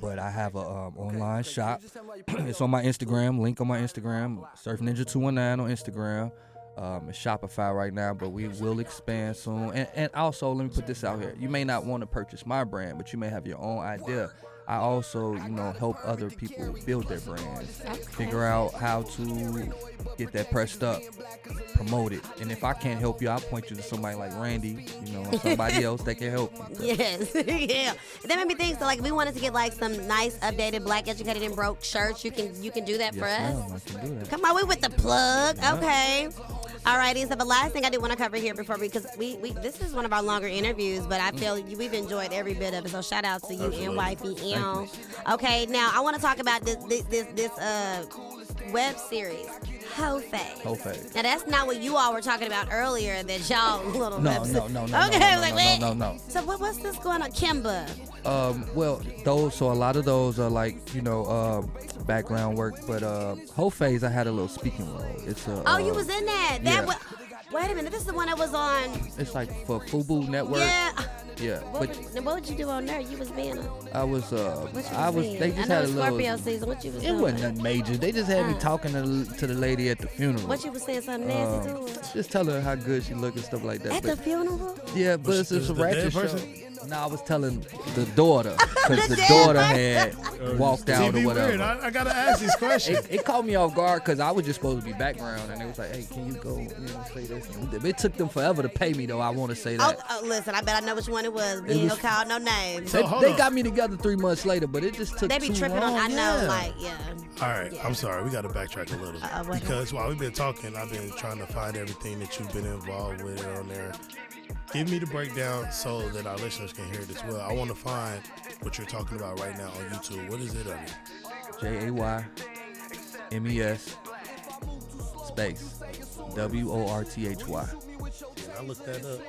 Speaker 10: but I have a um, online shop. it's on my Instagram. Link on my Instagram. Surf Ninja Two One Nine on Instagram. Um, it's Shopify right now, but we will expand soon. And, and also, let me put this out here: you may not want to purchase my brand, but you may have your own idea. I also, you know, help other people build their brands, figure out how to get that pressed up, promote it. And if I can't help you, I'll point you to somebody like Randy, you know, or somebody else that can help. you.
Speaker 8: Yes, yeah. That made me think. So, like, if we wanted to get like some nice, updated, black, educated, and broke shirts, you can you can do that for us.
Speaker 10: Yes, ma'am, I can do that.
Speaker 8: Come on, we with the plug.
Speaker 10: Yeah.
Speaker 8: Okay. All righty. So the last thing I do want to cover here before we, because we, we, this is one of our longer interviews, but I feel you, we've enjoyed every bit of it. So shout out to you and
Speaker 10: Mm. Absolutely.
Speaker 8: YPM. Okay. Now I want to talk about this, this, this, this uh, web series, Hofe.
Speaker 10: Whole face.
Speaker 8: Now that's not what you all were talking about earlier. That y'all little
Speaker 10: No,
Speaker 8: web
Speaker 10: no, no, no, no,
Speaker 8: Okay.
Speaker 10: no,
Speaker 8: like,
Speaker 10: no,
Speaker 8: wait.
Speaker 10: no, no, no.
Speaker 8: So what, what's this going on, Kimba?
Speaker 10: Um, well, those so a lot of those are like you know um, background work, but uh, whole phase I had a little speaking role. It's a
Speaker 8: Oh, you
Speaker 10: uh,
Speaker 8: was in that. That
Speaker 10: yeah.
Speaker 8: was. Wait a minute. This is the one that was on.
Speaker 10: It's like for Fubu Network.
Speaker 8: Yeah. Ah,
Speaker 10: Yeah,
Speaker 8: What,
Speaker 10: but
Speaker 8: would- what would you do on there? You was being a.
Speaker 10: I was uh
Speaker 8: What you
Speaker 10: I was
Speaker 8: saying?
Speaker 10: they just
Speaker 8: I know
Speaker 10: had a
Speaker 8: it's
Speaker 10: little
Speaker 8: Scorpio season. What you was
Speaker 10: It wasn't
Speaker 8: doing?
Speaker 10: nothing major. They just had me
Speaker 8: Uh.
Speaker 10: talking to, to the lady at the funeral.
Speaker 8: What you was saying something nasty
Speaker 10: Um,
Speaker 8: to her?
Speaker 10: Just telling her how good she looked and stuff like that.
Speaker 8: At the
Speaker 10: but-
Speaker 8: funeral?
Speaker 10: yeah, but
Speaker 7: Was-
Speaker 10: it's, it's
Speaker 7: was
Speaker 10: a
Speaker 7: the dead
Speaker 10: ratchet show.
Speaker 7: person?
Speaker 10: No, I was telling the daughter because
Speaker 8: The
Speaker 10: the,
Speaker 8: dead
Speaker 10: daughter
Speaker 8: person?
Speaker 10: had walked out
Speaker 7: TV
Speaker 10: or
Speaker 7: weird.
Speaker 10: whatever.
Speaker 7: I, I gotta ask these questions.
Speaker 10: It, it caught me off guard because I was just supposed to be background, and they was like, "Hey, can you go?" You know, say this. It took them forever to pay me, though. I want to say
Speaker 8: Oh,
Speaker 10: that.
Speaker 8: oh, listen, I bet I know which one it was. We
Speaker 10: It
Speaker 8: ain't
Speaker 10: was-
Speaker 8: gonna call no names.
Speaker 10: They,
Speaker 7: So, hold
Speaker 10: they
Speaker 7: on.
Speaker 10: got me together three months later, but it just took
Speaker 8: they be
Speaker 10: too
Speaker 8: tripping
Speaker 10: long.
Speaker 8: on. I know,
Speaker 10: Yeah.
Speaker 8: like, yeah.
Speaker 7: All right, I'm sorry. We got to backtrack a little
Speaker 10: Uh,
Speaker 7: bit
Speaker 8: Uh-uh, what?
Speaker 7: because while we've been talking, I've been trying to find everything that you've been involved with on there. Give me the breakdown so that our listeners can hear it as well. I want to find what you're talking about right now on YouTube. What is it on there?
Speaker 10: J A Y M E S space W O R T H Y
Speaker 7: And I looked that up,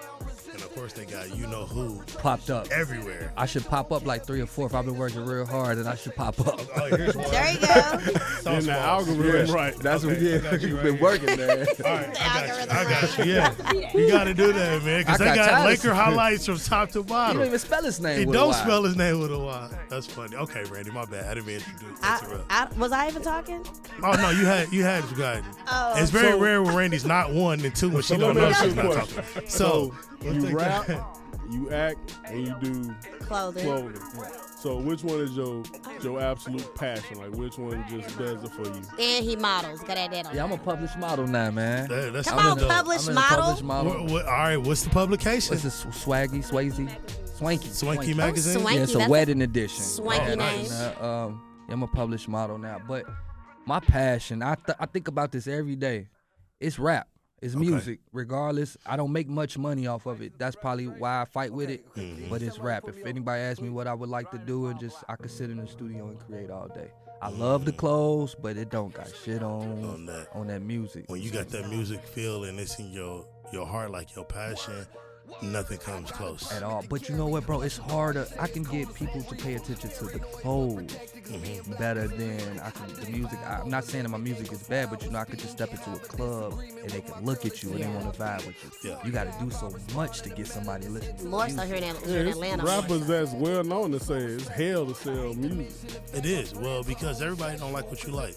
Speaker 7: and of course they got you know who
Speaker 10: popped up.
Speaker 7: everywhere.
Speaker 10: I should pop up like three or four if I've been working real hard, and I should pop up.
Speaker 7: Oh, here's one.
Speaker 8: There you go.
Speaker 14: In the algorithm, right?
Speaker 10: That's what yeah, you've been working, man.
Speaker 7: All right, I got you. I got you. Yeah, you got to do that, man, because
Speaker 10: I
Speaker 7: they
Speaker 10: got
Speaker 7: got
Speaker 10: tired of-
Speaker 7: Laker highlights from top to
Speaker 10: you don't
Speaker 7: bottom.
Speaker 10: even spell his name.
Speaker 7: He
Speaker 10: with a
Speaker 7: don't
Speaker 10: Y.
Speaker 7: spell his name with a Y. That's funny. Okay, Randy, my bad. I didn't mean to introduce.
Speaker 8: I,
Speaker 7: interrupt.
Speaker 8: I, was I even talking?
Speaker 7: Oh no, you had you had forgotten.
Speaker 8: Oh.
Speaker 7: it's very rare when Randy's not one and two when she
Speaker 14: So let
Speaker 7: don't
Speaker 14: me
Speaker 7: know
Speaker 14: ask
Speaker 7: she's
Speaker 14: you a
Speaker 7: not
Speaker 14: question.
Speaker 7: talking. So
Speaker 14: you rap, you act, and you do
Speaker 8: Clothing.
Speaker 14: clothing. So which one is your your absolute passion? Like which one just does it for you?
Speaker 8: And he models. Got that on.
Speaker 10: Yeah, I'm a published model now, man.
Speaker 7: Hey, that's
Speaker 8: Come
Speaker 7: really
Speaker 8: on,
Speaker 7: dope.
Speaker 8: public. Published
Speaker 10: I'm in a
Speaker 8: model?
Speaker 10: Published
Speaker 7: Wha-
Speaker 10: model.
Speaker 7: wha- all right, what's the publication?
Speaker 10: What's this? Swaggy, Swayze, Swanky,
Speaker 7: Swanky
Speaker 10: Swanky.
Speaker 7: magazine.
Speaker 8: Swanky.
Speaker 10: Yeah, it's
Speaker 8: that's
Speaker 10: a
Speaker 8: a
Speaker 10: wedding edition.
Speaker 8: swanky
Speaker 7: Oh,
Speaker 8: name.
Speaker 7: nice.
Speaker 10: And, uh, um, yeah, I'm a published model now, but my passion, I, th- I think about this every day. It's rap, it's music. Regardless, I don't make much money off of it. That's probably why I fight with it, but it's rap. If anybody asks me what I would like to do, and just I could sit in the studio and create all day. I love the clothes, but it don't got shit on
Speaker 7: On that.
Speaker 10: on that music.
Speaker 7: When you got that music feel and it's in your your heart like your passion, nothing comes close.
Speaker 10: at all. But you know what, bro? It's harder. I can get people to pay attention to the clothes better than I can the music. I, I'm not saying that my music is bad, but you know, I could just step into a club and they can look at you and they want to vibe with you.
Speaker 7: Yeah.
Speaker 10: You got to do so much to get somebody to listen. to
Speaker 8: More
Speaker 10: you.
Speaker 8: so here in, Atl-
Speaker 14: Yeah,
Speaker 8: here in
Speaker 14: it's
Speaker 8: Atlanta.
Speaker 14: rappers that's well known to say it's hell to sell music.
Speaker 7: It is well because everybody don't like what you like.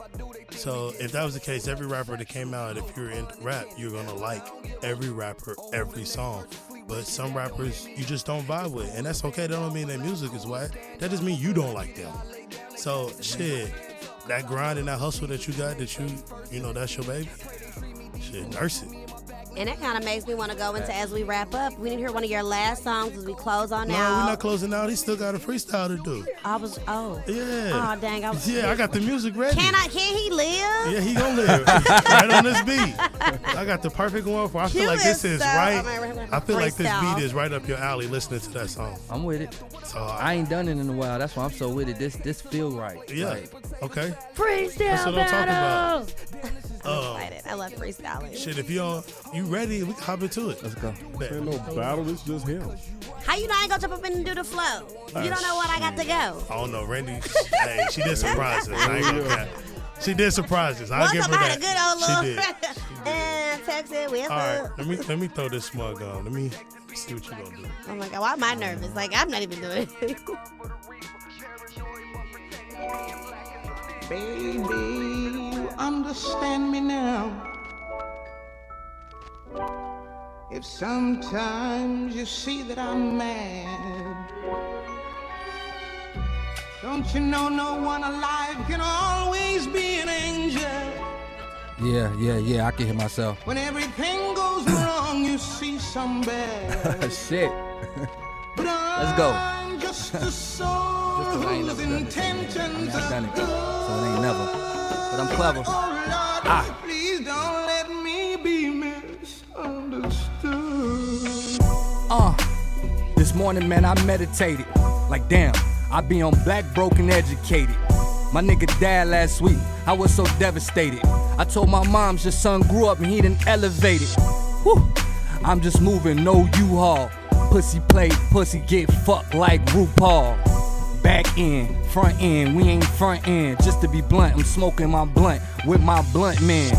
Speaker 7: So if that was the case, every rapper that came out, if you're into rap, you're gonna like every rapper, every song. But some rappers you just don't vibe with, and that's okay. That don't mean their music is whack. That just mean you don't like them. So shit, that grind and that hustle that you got, that you you know that's your baby. Shit, nurse it.
Speaker 8: And that kind of makes me want to go into as we wrap up. We didn't hear one of your last songs as we close on
Speaker 7: No,
Speaker 8: out.
Speaker 7: we're not closing out. He still got a freestyle to do.
Speaker 8: I was oh
Speaker 7: yeah.
Speaker 8: Oh, dang, I was-
Speaker 7: yeah. I got the music ready.
Speaker 8: Can I? Can he live?
Speaker 7: Yeah, he gonna live right on this beat. I got the perfect one for. I feel
Speaker 8: Q
Speaker 7: like
Speaker 8: is
Speaker 7: this is
Speaker 8: so- I
Speaker 7: right.
Speaker 8: mean, we're-
Speaker 7: I feel like this
Speaker 8: freestyle.
Speaker 7: beat is right up your alley. Listening to that song. uh,
Speaker 16: I'm with it. I ain't done it in a while. That's why I'm so with it. This this feel right.
Speaker 7: Yeah.
Speaker 16: Like,
Speaker 7: Okay.
Speaker 8: Freestyle
Speaker 7: That's what I'm
Speaker 8: battle.
Speaker 7: Um,
Speaker 8: I love freestyling.
Speaker 7: shit, if y'all you ready, we can hop into it.
Speaker 16: Let's go.
Speaker 17: Ain't no battle. It's just him.
Speaker 8: How you know I ain't gonna jump up and do the flow? You don't know what I got to go.
Speaker 7: I don't know, Randy. hey, she did surprise us. I ain't gonna cap. She did surprise us. I'll
Speaker 8: Once
Speaker 7: give her
Speaker 8: I had a
Speaker 7: that.
Speaker 8: good old little
Speaker 7: she did.
Speaker 8: and Texas with
Speaker 7: All
Speaker 8: food.
Speaker 7: right, let me let me throw this smug on. Let me see what you gonna do.
Speaker 8: Oh my god, why am I nervous? Like I'm not even doing it.
Speaker 1: Baby, you understand me now. If sometimes you see that I'm mad, don't you know no one alive can always be an angel?
Speaker 16: yeah, yeah, yeah. I can hear myself.
Speaker 1: When everything goes wrong, you see some bad.
Speaker 16: Shit.
Speaker 1: But oh,
Speaker 16: Let's go.
Speaker 1: I'm just a soul
Speaker 16: Just 'cause I ain't never done it.
Speaker 1: whose
Speaker 16: I mean,
Speaker 1: intentions
Speaker 16: I've
Speaker 1: are
Speaker 16: done it, so it ain't never. But I'm clever.
Speaker 1: Oh Lord,
Speaker 16: Ah.
Speaker 1: please don't let me be misunderstood.
Speaker 10: Uh, this morning, man, I meditated. Like, damn, I be on black, broken, educated. My nigga died last week. I was so devastated. I told my moms your son grew up and he done elevated. Whew. I'm just moving, no U-Haul. Pussy play, pussy get fucked like RuPaul. Back end, front end, we ain't front end. Just to be blunt, I'm smoking my blunt with my blunt man.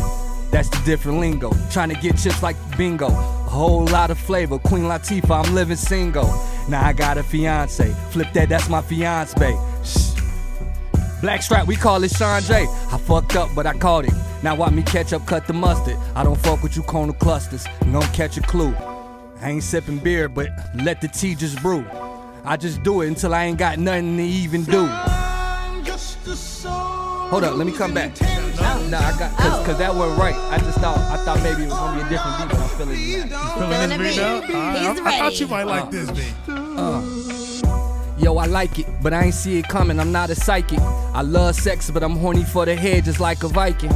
Speaker 10: That's the different lingo. Trying to get chips like bingo. A whole lot of flavor. Queen Latifah, I'm living single. Now I got a fiance. Flip that, that's my fiance. Shh. Black strap, we call it Sean J. I fucked up, but I caught it. Now watch me catch up, cut the mustard. I don't fuck with you conal clusters. You don't catch a clue. I ain't sipping beer, but let the tea just brew. I just do it until I ain't got nothing to even do.
Speaker 1: I'm just a soul.
Speaker 10: Hold up, let me come back. Nah, I got cause, cause that wasn't right. I just thought I thought maybe it was gonna be a different beat, but I'm feeling it.
Speaker 7: Feeling this beat now? All right, I- I thought you might like
Speaker 9: Oh.
Speaker 10: Uh,
Speaker 7: this beat.
Speaker 10: uh. Yo, I like it, but I ain't see it coming. I'm not a psychic. I love sex, but I'm horny for the head just like a Viking.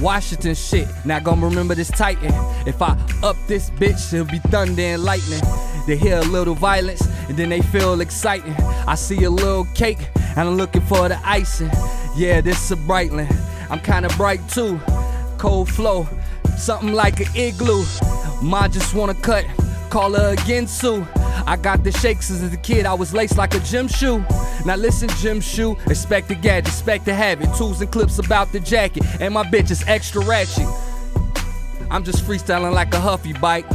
Speaker 10: Washington shit, not gonna remember this Titan. If I up this bitch, it'll be thunder and lightning. They hear a little violence, and then they feel exciting. I see a little cake, and I'm looking for the icing. Yeah, this a Brightland. I'm kinda bright too. Cold flow, something like an igloo. Ma just wanna cut, call her again soon. I got the shakes since as a kid, I was laced like a gym shoe. Now listen, gym shoe, expect the gadget, expect to have it. Tools and clips about the jacket, and my bitch is extra ratchet. I'm just freestyling like a Huffy bike.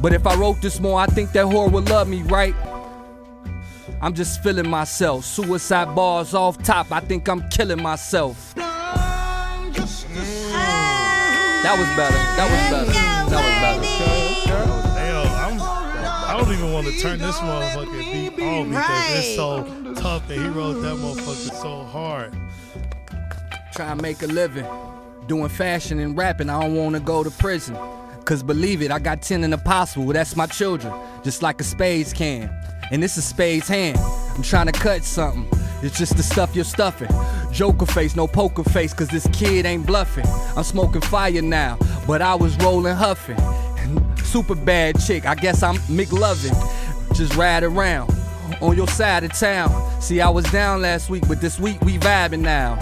Speaker 10: But if I wrote this more, I think that whore would love me, right? I'm just feeling myself. Suicide bars off top, I think I'm killing myself.
Speaker 7: Mm.
Speaker 10: That was better. That was better. That was better.
Speaker 7: Damn, I'm, I don't even want to turn this motherfucking beat on because it's so tough and he wrote that motherfucker so hard.
Speaker 10: Try and make a living. Doing fashion and rapping, I don't wanna go to prison. Cause believe it, I got 10 in the possible, that's my children. Just like a spades can. And this is spades hand. I'm trying to cut something. It's just the stuff you're stuffing. Joker face, no poker face, cause this kid ain't bluffing. I'm smoking fire now, but I was rolling huffing. Super bad chick, I guess I'm McLovin. Just ride around on your side of town. See, I was down last week, but this week we vibing now.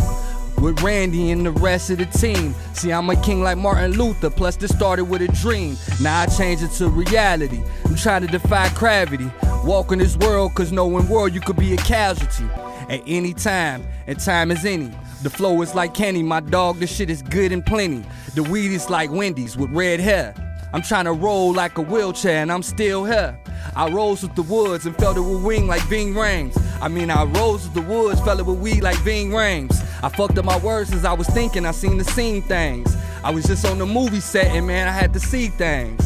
Speaker 10: With Randy and the rest of the team. See, I'm a king like Martin Luther, plus this started with a dream. Now I change it to reality. I'm trying to defy gravity. Walk in this world, cause knowing world you could be a casualty. At any time, and time is any. The flow is like candy, my dog, this shit is good and plenty. The weed is like Wendy's with red hair. I'm trying to roll like a wheelchair and I'm still here. I rose with the woods and fell to a wing like Ving Rhames. I mean, I rose with the woods, fell with weed like Ving Rhames. I fucked up my words as I was thinking, I seen the scene things. I was just on the movie set and man, I had to see things.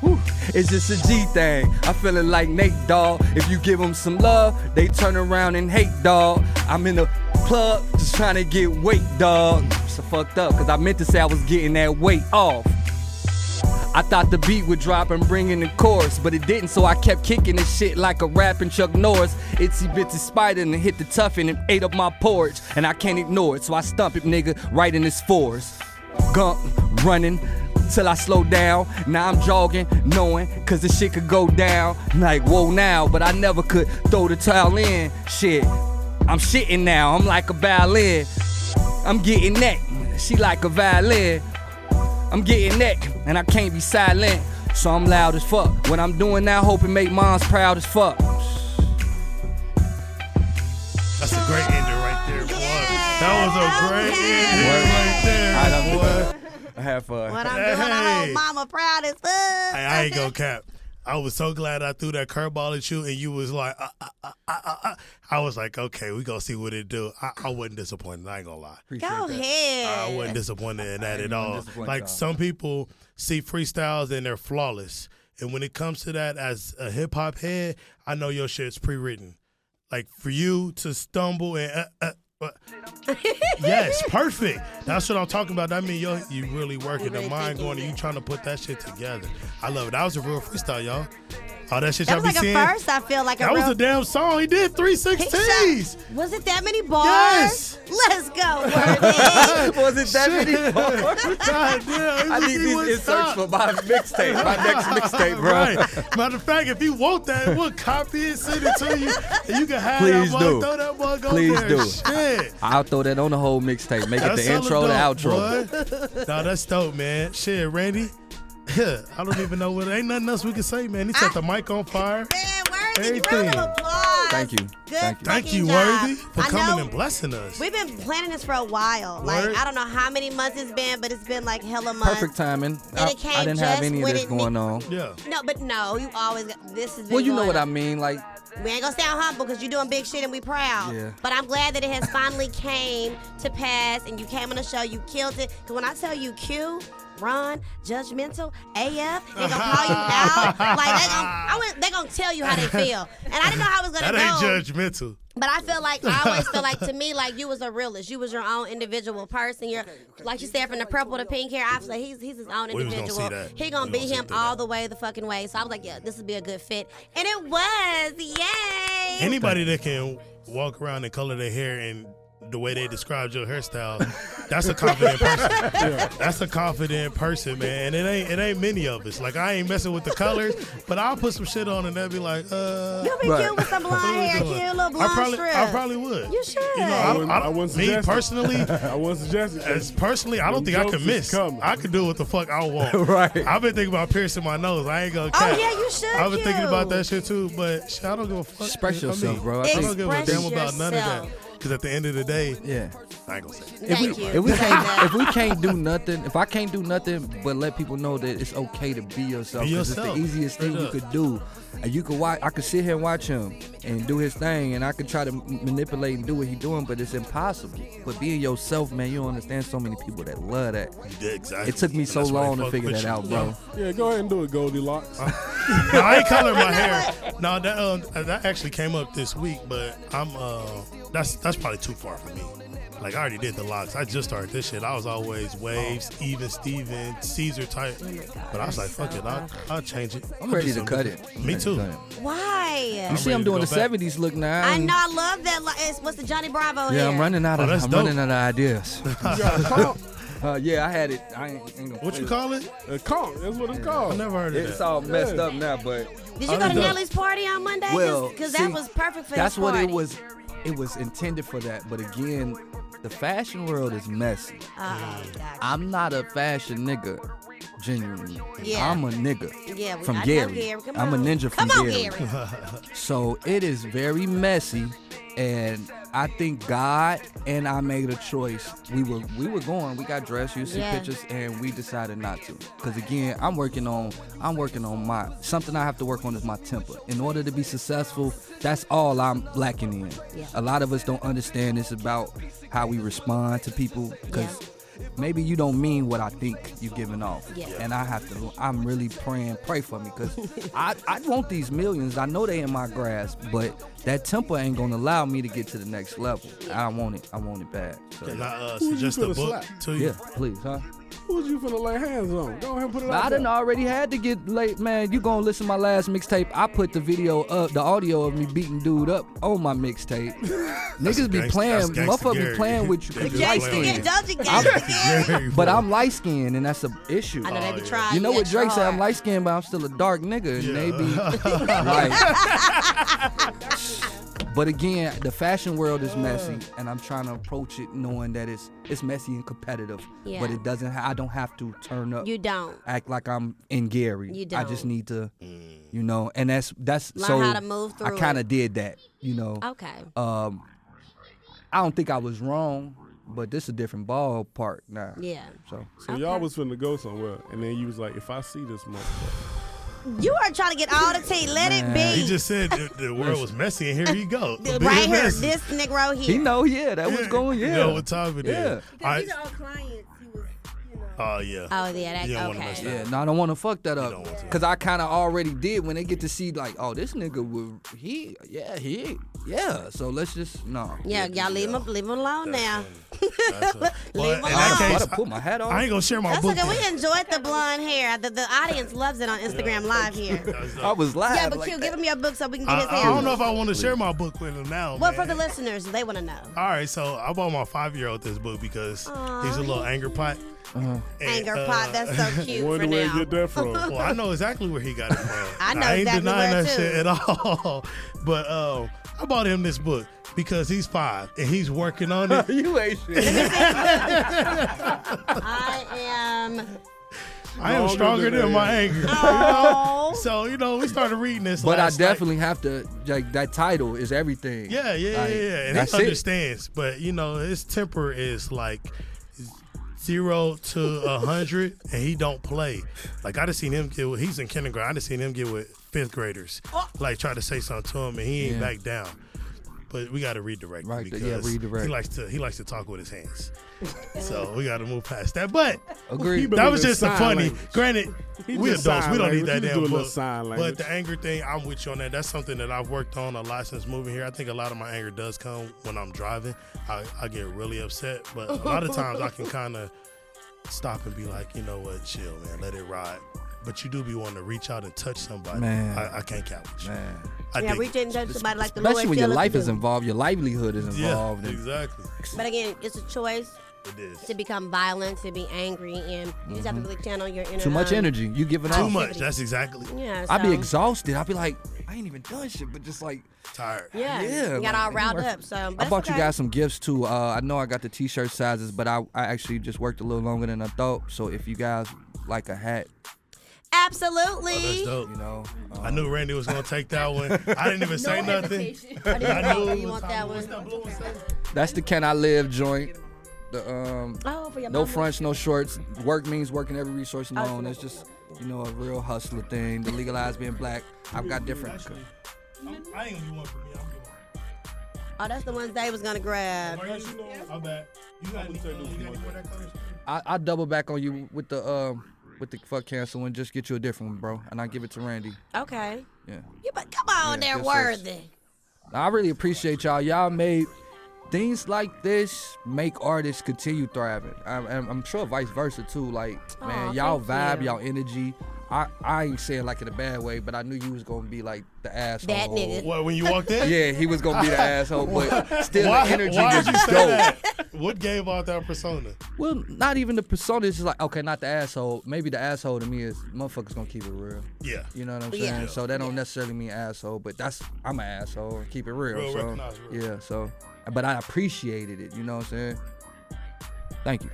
Speaker 10: Whew, It's just a G thing. I'm feeling like Nate, dawg. If you give them some love, they turn around and hate, dawg. I'm in the club just trying to get weight, dawg. So fucked up, cause I meant to say I was getting that weight off. I thought the beat would drop and bring in the chorus, but it didn't, so I kept kicking this shit like a rapping Chuck Norris. Itsy bitsy spider and it hit the toughen and ate up my porridge, and I can't ignore it, so I stump it, nigga, right in his forest. Gump, running. Till I slow down, now I'm jogging, knowing, cause this shit could go down like whoa now, but I never could throw the towel in. Shit, I'm shitting now, I'm like a violin. I'm getting neck, she like a violin. I'm getting neck, and I can't be silent, so I'm loud as fuck. What I'm doing now, hope it make moms proud as fuck.
Speaker 7: That's a great ending right there, boy. that was a great ending right there, boy.
Speaker 10: I have fun.
Speaker 8: What I'm doing, I hope mama proud as fuck.
Speaker 7: Hey, I ain't gonna cap. I was so glad I threw that curveball at you, and you was like, uh, uh, uh, uh, uh. I was like, okay, we gonna see what it do. I, I wasn't disappointed. I ain't gonna lie.
Speaker 8: Go ahead.
Speaker 7: I wasn't disappointed in that at
Speaker 10: ain't
Speaker 7: all.
Speaker 10: disappointed
Speaker 7: Like
Speaker 10: at all.
Speaker 7: some people see freestyles and they're flawless, and when it comes to that, as a hip hop head, I know your shit's pre-written. Like for you to stumble and. Uh, uh, uh, yes, perfect. That's what I'm talking about. That means yo, you really working the mind going and you trying to put that shit together. I love it. That was a real freestyle, y'all. All that shit
Speaker 8: That
Speaker 7: y'all
Speaker 8: was
Speaker 7: be
Speaker 8: like
Speaker 7: seeing.
Speaker 8: a first, I feel like a
Speaker 7: that was
Speaker 8: real
Speaker 7: a damn song. He did three
Speaker 8: He
Speaker 7: sixteens.
Speaker 8: shot- Was it that many bars?
Speaker 7: Yes.
Speaker 8: Let's go. Worthy.
Speaker 10: Was it that
Speaker 7: Shit.
Speaker 10: many bars?
Speaker 7: God damn,
Speaker 10: I
Speaker 7: he-
Speaker 10: need
Speaker 7: he
Speaker 10: these
Speaker 7: wouldn't
Speaker 10: inserts
Speaker 7: stop.
Speaker 10: for my mixtape, my next mixtape, bro.
Speaker 7: Right. Matter of fact, if you want that, we'll copy it, send it to you, and you can have
Speaker 10: Please
Speaker 7: that
Speaker 10: do.
Speaker 7: mug, throw that mug on
Speaker 10: Please
Speaker 7: there.
Speaker 10: do.
Speaker 7: Shit.
Speaker 10: I'll throw that on the whole mixtape. Make
Speaker 7: That's
Speaker 10: it the intro, the
Speaker 7: hella
Speaker 10: outro.
Speaker 7: dope, boy. nah, that's dope, man. Shit, Randy. I don't even know what. Ain't nothing else we can say, man. He set the mic on fire.
Speaker 8: Man, Worthy, round
Speaker 7: Everything.
Speaker 8: of applause.
Speaker 10: Thank you.
Speaker 8: Good
Speaker 10: Thank you.
Speaker 7: Thank you,
Speaker 8: fucking job.
Speaker 7: Worthy, for
Speaker 8: I
Speaker 7: coming
Speaker 8: know
Speaker 7: and blessing us.
Speaker 8: We've been planning this for a while.
Speaker 7: Word.
Speaker 8: Like, I don't know how many months it's been, but it's been like hella months.
Speaker 10: Perfect timing.
Speaker 8: And
Speaker 10: I,
Speaker 8: it came
Speaker 10: I didn't
Speaker 8: just
Speaker 10: have any of
Speaker 8: when
Speaker 10: this
Speaker 8: it ne-
Speaker 10: going on.
Speaker 7: Yeah.
Speaker 8: No, but no, you always, got- this has been
Speaker 10: Well, you know
Speaker 8: going
Speaker 10: what I
Speaker 8: on.
Speaker 10: mean. Like,
Speaker 8: We ain't gonna sound humble because you're doing big shit and we proud.
Speaker 10: Yeah.
Speaker 8: But I'm glad that it has finally came to pass and you came on the show, you killed it. Cause when I tell you Q, Ron, judgmental, AF, they gonna call you out. Like they gonna, I went, they gonna tell you how they feel. And I didn't know how it was
Speaker 7: That
Speaker 8: gonna
Speaker 7: ain't
Speaker 8: go.
Speaker 7: judgmental.
Speaker 8: But I feel like I always feel like to me like you was a realist. You was your own individual person. You're like you said from the purple to pink hair. I feel like he's he's his own
Speaker 7: We was gonna
Speaker 8: individual.
Speaker 7: see that.
Speaker 8: He gonna be him all the way the fucking way. So I was like, yeah, this would be a good fit, and it was. Yay!
Speaker 7: Anybody that can walk around and color their hair and the way they describe your hairstyle, that's a confident person. That's a confident person, man. And it ain't it ain't many of us. Like I ain't messing with the colors, but I'll put some shit on and they'll be like, uh.
Speaker 8: You'll be
Speaker 7: what
Speaker 8: cute with some blonde
Speaker 7: we
Speaker 8: hair,
Speaker 7: doing?
Speaker 8: cute little
Speaker 7: I
Speaker 8: blonde
Speaker 7: probably
Speaker 8: strip.
Speaker 7: I probably would.
Speaker 8: you should.
Speaker 7: You
Speaker 9: I
Speaker 7: know, I, don't-
Speaker 9: wouldn't-
Speaker 7: I,
Speaker 9: I
Speaker 7: don't
Speaker 9: wouldn't
Speaker 7: me
Speaker 9: suggest it.
Speaker 7: personally.
Speaker 9: I wouldn't suggest it.
Speaker 7: As personally, I don't think I
Speaker 9: jokes
Speaker 7: can
Speaker 9: is
Speaker 7: miss.
Speaker 9: coming.
Speaker 7: I can do what the fuck I want.
Speaker 10: Right.
Speaker 7: I've been thinking about piercing my nose. I ain't gonna.
Speaker 8: Oh,
Speaker 7: cap.
Speaker 8: yeah, you should,
Speaker 7: I've been thinking
Speaker 8: Q.
Speaker 7: about that shit too, but shit, I don't give a fuck.
Speaker 10: Express
Speaker 7: I mean,
Speaker 10: yourself, bro. I
Speaker 7: I don't
Speaker 10: think-
Speaker 7: give a damn
Speaker 8: Express
Speaker 7: about none of that.
Speaker 8: yourself.
Speaker 7: Because at the end of the day,
Speaker 10: yeah.
Speaker 7: I ain't gonna say. it.
Speaker 8: Thank
Speaker 10: we,
Speaker 8: you.
Speaker 10: If we
Speaker 8: Say
Speaker 10: can't,
Speaker 8: that.
Speaker 10: if we can't do nothing, if I can't do nothing but let people know that it's okay to be yourself,
Speaker 7: Be
Speaker 10: 'cause it's
Speaker 7: yourself.
Speaker 10: the easiest thing
Speaker 7: Straight
Speaker 10: you
Speaker 7: up.
Speaker 10: could do. And you could watch, I could sit here and watch him and do his thing, and I could try to m- manipulate and do what he doing, but it's impossible. But being yourself, man, you don't understand so many people that love that.
Speaker 7: Yeah, exactly.
Speaker 10: It took me
Speaker 7: And
Speaker 10: so
Speaker 7: that's why they
Speaker 10: long to
Speaker 7: fuck
Speaker 10: figure
Speaker 7: with
Speaker 10: that
Speaker 7: you.
Speaker 10: out, bro.
Speaker 9: Yeah, go ahead and do it, Goldilocks.
Speaker 7: Uh, No, I ain't coloring my hair. No, that um, that actually came up this week, but I'm uh, that's that's probably too far for me. Like I already did the locks. I just started this shit. I was always waves, even Steven, Caesar type. But I was like, fuck it, I'll, I'll change it.
Speaker 10: I'm ready
Speaker 7: I'll do
Speaker 10: to cut
Speaker 7: something.
Speaker 10: it.
Speaker 7: Me
Speaker 10: I'm ready to
Speaker 7: too.
Speaker 10: cut it.
Speaker 8: Why?
Speaker 10: You see, I'm
Speaker 7: ready to
Speaker 10: doing
Speaker 7: go
Speaker 10: the
Speaker 7: back.
Speaker 10: '70s look now.
Speaker 8: I know. I love that. Like, it's, what's the Johnny Bravo hair?
Speaker 10: Yeah, I'm running out
Speaker 7: Oh,
Speaker 10: of.
Speaker 7: that's
Speaker 10: I'm
Speaker 7: dope.
Speaker 10: running out of ideas.
Speaker 9: Yeah,
Speaker 10: Uh, yeah, I had it. I ain't, ain't gonna
Speaker 7: What
Speaker 10: play
Speaker 7: you
Speaker 10: it.
Speaker 7: call it?
Speaker 9: a conk. That's what it's called.
Speaker 7: I never heard of
Speaker 10: It's
Speaker 7: that.
Speaker 10: all messed
Speaker 9: Yeah.
Speaker 10: up now, but
Speaker 8: Did you go to
Speaker 10: Other-
Speaker 8: Nelly's party on Monday?
Speaker 10: Well,
Speaker 8: Because
Speaker 10: see,
Speaker 8: that was perfect for
Speaker 10: that's
Speaker 8: his
Speaker 10: what
Speaker 8: party.
Speaker 10: it was. It was intended for that, but again, the fashion world is messy.
Speaker 8: Oh, God.
Speaker 10: I'm not a fashion nigga, genuinely.
Speaker 8: Yeah.
Speaker 10: I'm a nigga
Speaker 8: Yeah, we-
Speaker 10: from
Speaker 8: I know
Speaker 10: Gary.
Speaker 8: Gary. Come
Speaker 10: I'm a
Speaker 8: on.
Speaker 10: ninja from
Speaker 8: Come on,
Speaker 10: Gary.
Speaker 8: Gary.
Speaker 10: So it is very messy, and I think God and I made a choice. We were we were going. We got dressed. You see
Speaker 8: Yeah.
Speaker 10: pictures, and we decided not to. Cause again, I'm working on I'm working on my something I have to work on is my temper. In order to be successful, that's all I'm lacking in.
Speaker 8: Yeah.
Speaker 10: A lot of us don't understand it's about how we respond to people. Cause maybe you don't mean what I think you're giving off.
Speaker 8: Yeah.
Speaker 10: And I have to, I'm really praying, pray for me because I, I want these millions. I know they in my grasp, but that temper ain't going to allow me to get to the next level. I want it. I want it bad. So,
Speaker 7: Can I uh,
Speaker 9: Who you
Speaker 7: suggest a
Speaker 9: finna
Speaker 7: book
Speaker 9: slap?
Speaker 7: to you?
Speaker 10: yeah, please, huh?
Speaker 14: Who's you finna lay hands on? Go ahead and put it
Speaker 10: But I
Speaker 14: out.
Speaker 10: done already had to get late, man. You gonna listen to my last mixtape? I put the video up, the audio of me beating dude up on my mixtape. Niggas be
Speaker 18: gangsta-
Speaker 10: playing,
Speaker 18: that's gangsta
Speaker 10: motherfucker
Speaker 18: Gary.
Speaker 10: be playing with you.
Speaker 18: They
Speaker 10: Cause
Speaker 18: just
Speaker 10: you light
Speaker 18: play on
Speaker 10: skinned.
Speaker 18: you. Doja
Speaker 10: I'm-
Speaker 18: Gary.
Speaker 10: But I'm light skinned, and that's an issue.
Speaker 8: I know they be Oh, yeah. trying
Speaker 10: You know
Speaker 8: you
Speaker 10: what
Speaker 8: extra
Speaker 10: Drake said? I'm
Speaker 8: hard.
Speaker 10: light skinned, but I'm still a dark nigga, and they be right. But again, the fashion world is messy, and I'm trying to approach it knowing that it's it's messy and competitive.
Speaker 8: Yeah.
Speaker 10: But it doesn't. I don't have to turn up.
Speaker 8: You don't.
Speaker 10: act like I'm in Gary.
Speaker 8: You
Speaker 10: I just
Speaker 8: don't.
Speaker 10: need to,
Speaker 7: Mm.
Speaker 10: you know, and that's that's
Speaker 8: Learn
Speaker 10: so
Speaker 8: how to move
Speaker 10: I
Speaker 8: through
Speaker 10: kind
Speaker 8: it.
Speaker 10: of did that, you know.
Speaker 8: Okay.
Speaker 10: Um, I don't think I was wrong, but this a different ballpark now.
Speaker 8: Yeah.
Speaker 10: So
Speaker 14: So y'all was finna go somewhere, and then you was like, if I see this motherfucker,
Speaker 8: You are trying to get all the tea. Let it be.
Speaker 7: He just said the, the world was messy, and here you go.
Speaker 8: The- right here, this Negro here.
Speaker 10: yeah, that was going,
Speaker 7: You
Speaker 10: yeah.
Speaker 7: know what time it is.
Speaker 10: Yeah.
Speaker 7: I-
Speaker 3: know, clients.
Speaker 7: oh yeah.
Speaker 8: Oh, yeah, that-
Speaker 7: You don't wanna
Speaker 8: okay.
Speaker 7: mess that
Speaker 10: Yeah,
Speaker 7: up.
Speaker 10: no, I don't want to fuck that up because I kind of already did when they get to see like, oh, this nigga would he, yeah, he, yeah. So let's just no.
Speaker 8: Yeah, y'all leave him, leave him alone now.
Speaker 7: Well,
Speaker 8: Leave
Speaker 7: in
Speaker 8: him
Speaker 7: that
Speaker 8: alone.
Speaker 7: case,
Speaker 10: I put my hat on.
Speaker 7: I ain't gonna share my
Speaker 8: That's
Speaker 7: book.
Speaker 8: okay. We enjoyed the blonde hair. The, the audience loves it on Instagram Live here.
Speaker 10: I was live.
Speaker 8: yeah, but
Speaker 7: like
Speaker 8: Q,
Speaker 7: that.
Speaker 8: give him your book so we can Oh, get
Speaker 7: I,
Speaker 8: his
Speaker 7: I
Speaker 8: hair.
Speaker 7: don't know if I want to share my book with him now.
Speaker 8: Well,
Speaker 7: man.
Speaker 8: for the listeners, they want to know.
Speaker 7: All right, so I bought my five year old this book because he's a little anger pot.
Speaker 10: Uh-huh.
Speaker 8: Anger
Speaker 7: uh,
Speaker 8: pot, that's so cute Wonder for where he now. get that from.
Speaker 7: well, I know exactly where he got it from.
Speaker 8: I know
Speaker 7: I ain't
Speaker 8: exactly
Speaker 7: denying
Speaker 8: where,
Speaker 7: that
Speaker 8: too.
Speaker 7: shit at all. But um, I bought him this book because he's five and he's working on it.
Speaker 10: you ain't
Speaker 8: I am.
Speaker 7: I am stronger than my anger.
Speaker 8: Oh.
Speaker 7: so you know, we started reading this.
Speaker 10: But I
Speaker 7: last night.
Speaker 10: definitely have to like that title is everything.
Speaker 7: Yeah, yeah,
Speaker 10: Like,
Speaker 7: yeah, yeah. And
Speaker 10: that's
Speaker 7: he
Speaker 10: it.
Speaker 7: understands, but you know, his temper is like zero to a hundred, and he don't play. Like I just seen him get. With, he's in kindergarten. I just seen him get with fifth graders. Like try to say something to him, and he ain't
Speaker 10: Yeah.
Speaker 7: back down. But we got to redirect him
Speaker 10: Right, yeah,
Speaker 7: because
Speaker 10: redirect.
Speaker 7: he likes to he likes to talk with his hands. so we got to move past that. But
Speaker 10: Agreed. He
Speaker 7: that
Speaker 10: believe
Speaker 7: was
Speaker 10: in
Speaker 7: just a
Speaker 10: sign
Speaker 7: funny.
Speaker 10: language.
Speaker 7: Granted,
Speaker 10: He
Speaker 7: we
Speaker 10: just
Speaker 7: adults.
Speaker 10: sign
Speaker 7: We don't need that
Speaker 10: language. He
Speaker 7: damn
Speaker 10: do a little
Speaker 7: book.
Speaker 10: sign
Speaker 7: But
Speaker 10: language.
Speaker 7: the anger thing, I'm with you on that. That's something that I've worked on a lot since moving here. I think a lot of my anger does come when I'm driving. I, I get really upset, but a lot of times I can kind of stop and be like, you know what, chill, man, let it ride. But you do be wanting to reach out and touch somebody.
Speaker 10: Man.
Speaker 7: I, I can't count with you.
Speaker 10: Man.
Speaker 7: I
Speaker 8: yeah,
Speaker 7: dig
Speaker 8: reach
Speaker 7: it.
Speaker 8: in and touch somebody like the
Speaker 10: Especially
Speaker 8: Lord.
Speaker 10: when your
Speaker 8: tell us
Speaker 10: life
Speaker 8: to
Speaker 10: is
Speaker 8: do.
Speaker 10: involved, your livelihood is involved.
Speaker 7: Yeah,
Speaker 10: and-
Speaker 7: exactly.
Speaker 8: But again, it's a choice
Speaker 7: It is.
Speaker 8: to become violent, to be angry, and you just have to
Speaker 10: Mhm.
Speaker 8: really channel your inner.
Speaker 10: Too much
Speaker 8: um,
Speaker 10: energy. You giving
Speaker 8: Too
Speaker 10: off.
Speaker 8: much, that's
Speaker 7: exactly.
Speaker 8: Yeah,
Speaker 10: I'd be
Speaker 8: so-
Speaker 10: exhausted. I'd be like, I ain't even done shit, but just like
Speaker 7: tired.
Speaker 8: Yeah, you got all riled up. So but
Speaker 10: I
Speaker 8: it's
Speaker 10: bought you
Speaker 8: okay.
Speaker 10: guys some gifts too. Uh, I know I got the t-shirt sizes, but I, I actually just worked a little longer than I thought. So if you guys like a hat,
Speaker 8: Absolutely.
Speaker 7: Oh, That's dope.
Speaker 10: You know, uh,
Speaker 7: I knew Randy was gonna take that one. I didn't even say nothing.
Speaker 8: I didn't
Speaker 7: I
Speaker 8: know
Speaker 7: knew it
Speaker 8: you
Speaker 7: was-
Speaker 8: want that one.
Speaker 10: that's the can I live joint. The um,
Speaker 8: Oh, for your
Speaker 10: no
Speaker 8: mama.
Speaker 10: fronts, no shorts. Work means working every resource known. It's just you know a real hustler thing. The legalized being black. I've got different.
Speaker 7: I ain't gonna be one for me. I'm gonna be one.
Speaker 8: Oh, that's the ones they was gonna grab.
Speaker 7: Why you know- I'm bad. You got any- uh, you got any more that color?
Speaker 10: I I double back on you with the um with the fuck cancel and just get you a different one, bro. And I give it to Randy.
Speaker 8: Okay.
Speaker 10: Yeah.
Speaker 8: You but come on,
Speaker 10: Yeah,
Speaker 8: they're
Speaker 10: good search.
Speaker 8: worthy.
Speaker 10: I really appreciate y'all. Y'all made things like this make artists continue thriving. I'm, I'm, I'm sure vice versa too. Like man,
Speaker 18: Aw,
Speaker 10: y'all
Speaker 18: thank
Speaker 10: vibe,
Speaker 18: you.
Speaker 10: y'all energy. I, I ain't saying like in a bad way, but I knew you was gonna be like the asshole.
Speaker 7: nigga. What, when you walked in?
Speaker 10: Yeah, he was gonna be the asshole, but still the energy
Speaker 7: why
Speaker 10: was
Speaker 7: did you say
Speaker 10: dope.
Speaker 7: that? What gave off that persona?
Speaker 10: Well, not even the persona is just like okay, not the asshole. Maybe the asshole to me is motherfuckers gonna keep it real.
Speaker 7: Yeah.
Speaker 10: you know what I'm saying.
Speaker 7: Yeah.
Speaker 10: So that don't necessarily mean asshole, but that's I'm an asshole. Keep it real.
Speaker 7: Real,
Speaker 10: so
Speaker 7: recognize real.
Speaker 10: yeah, so but I appreciated it. You know what I'm saying. Thank you.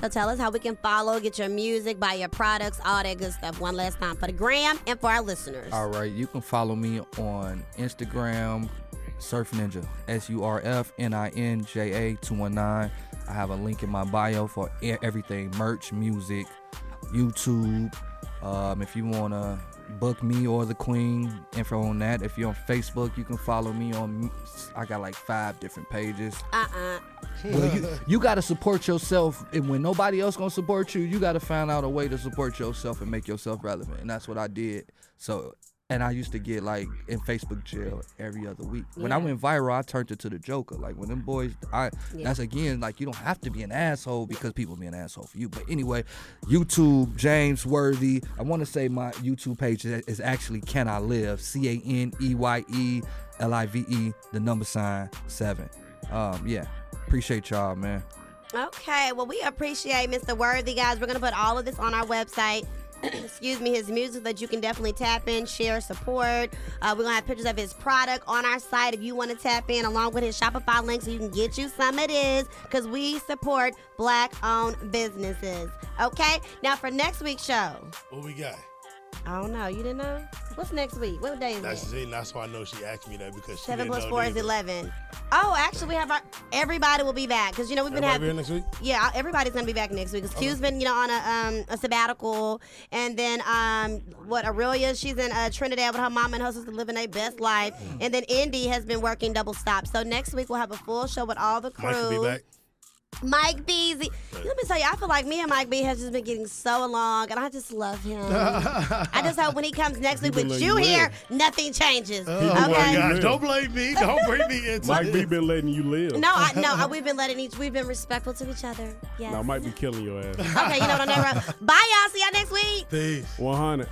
Speaker 8: So tell us how we can follow, get your music, buy your products, all that good stuff. One last time for the gram and for our listeners.
Speaker 10: All right, you can follow me on Instagram, Surf Ninja, S U R F N I N J A 219. I have a link in my bio for e- everything merch, music, YouTube. Um, if you want to book me or the queen, info on that. If you're on Facebook, you can follow me on, I got like five different pages.
Speaker 8: Uh-uh.
Speaker 10: Well, you, you got to support yourself, and when nobody else gonna support you, you got to find out a way to support yourself and make yourself relevant, and that's what I did. So and I used to get like in Facebook jail every other week. When I
Speaker 18: Yeah.
Speaker 10: went viral, I turned into the Joker. Like when them boys, I
Speaker 18: Yeah.
Speaker 10: that's again like you don't have to be an asshole because people be an asshole for you. But anyway, YouTube James Worthy. I want to say my YouTube page is is actually Can I Live? C A N E Y E L I V E. The number sign seven. Um, yeah, appreciate y'all, man.
Speaker 8: Okay, well, we appreciate Mr. Worthy, guys. We're going to put all of this on our website. Excuse me, his music that you can definitely tap in, share, support. Uh, we're going to have pictures of his product on our site if you want to tap in, along with his Shopify link so you can get you some. It is because we support black owned businesses. Okay, now for next week's show.
Speaker 7: What we got?
Speaker 8: I don't know. You didn't know? What's next week? What day is it?
Speaker 7: That's it. and That's why I know she asked me that because she
Speaker 8: Seven
Speaker 7: didn't
Speaker 8: plus
Speaker 7: know
Speaker 8: four is
Speaker 7: neither.
Speaker 8: eleven. Oh, actually, we have our everybody will be back because you know we've been
Speaker 7: Everybody
Speaker 8: having.
Speaker 7: be here next week?
Speaker 8: Yeah, everybody's gonna be back next week. Cause Q's been you know on a um a sabbatical, and then um what Aurelia she's in uh, Trinidad with her mom and her sister living their best life, and then Indy has been working double stop. So next week we'll have a full show with all the crew.
Speaker 7: Mike will be back.
Speaker 8: Mike Beasley. Let me tell you, I feel like me and Mike B has just been getting so along, and I just love him. I just hope when he comes next week
Speaker 14: been
Speaker 8: with
Speaker 14: letting
Speaker 8: you
Speaker 14: you
Speaker 8: here,
Speaker 14: live.
Speaker 8: nothing changes.
Speaker 7: Oh
Speaker 14: People
Speaker 8: okay.
Speaker 14: letting you live.
Speaker 7: blame me.
Speaker 8: Don't bring me
Speaker 7: into
Speaker 14: Mike B
Speaker 7: this.
Speaker 14: been letting you live.
Speaker 8: No, I, no, I, we've been letting each, we've been respectful to each other. Yes.
Speaker 14: Now Mike be killing your ass.
Speaker 8: okay, you know what? I'm never. Bye, y'all. See y'all next week.
Speaker 7: Peace.
Speaker 14: 100.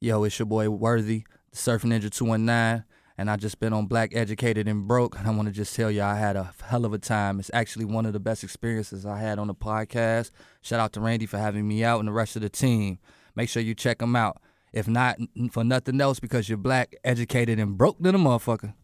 Speaker 10: Yo, it's your boy Worthy, the Surf Ninja 219, and I just been on Black Educated and Broke. And I want to just tell you, I had a hell of a time. It's actually one of the best experiences I had on the podcast. Shout out to Randy for having me out and the rest of the team. Make sure you check them out. If not n- for nothing else, because you're black, educated, and broke than a motherfucker.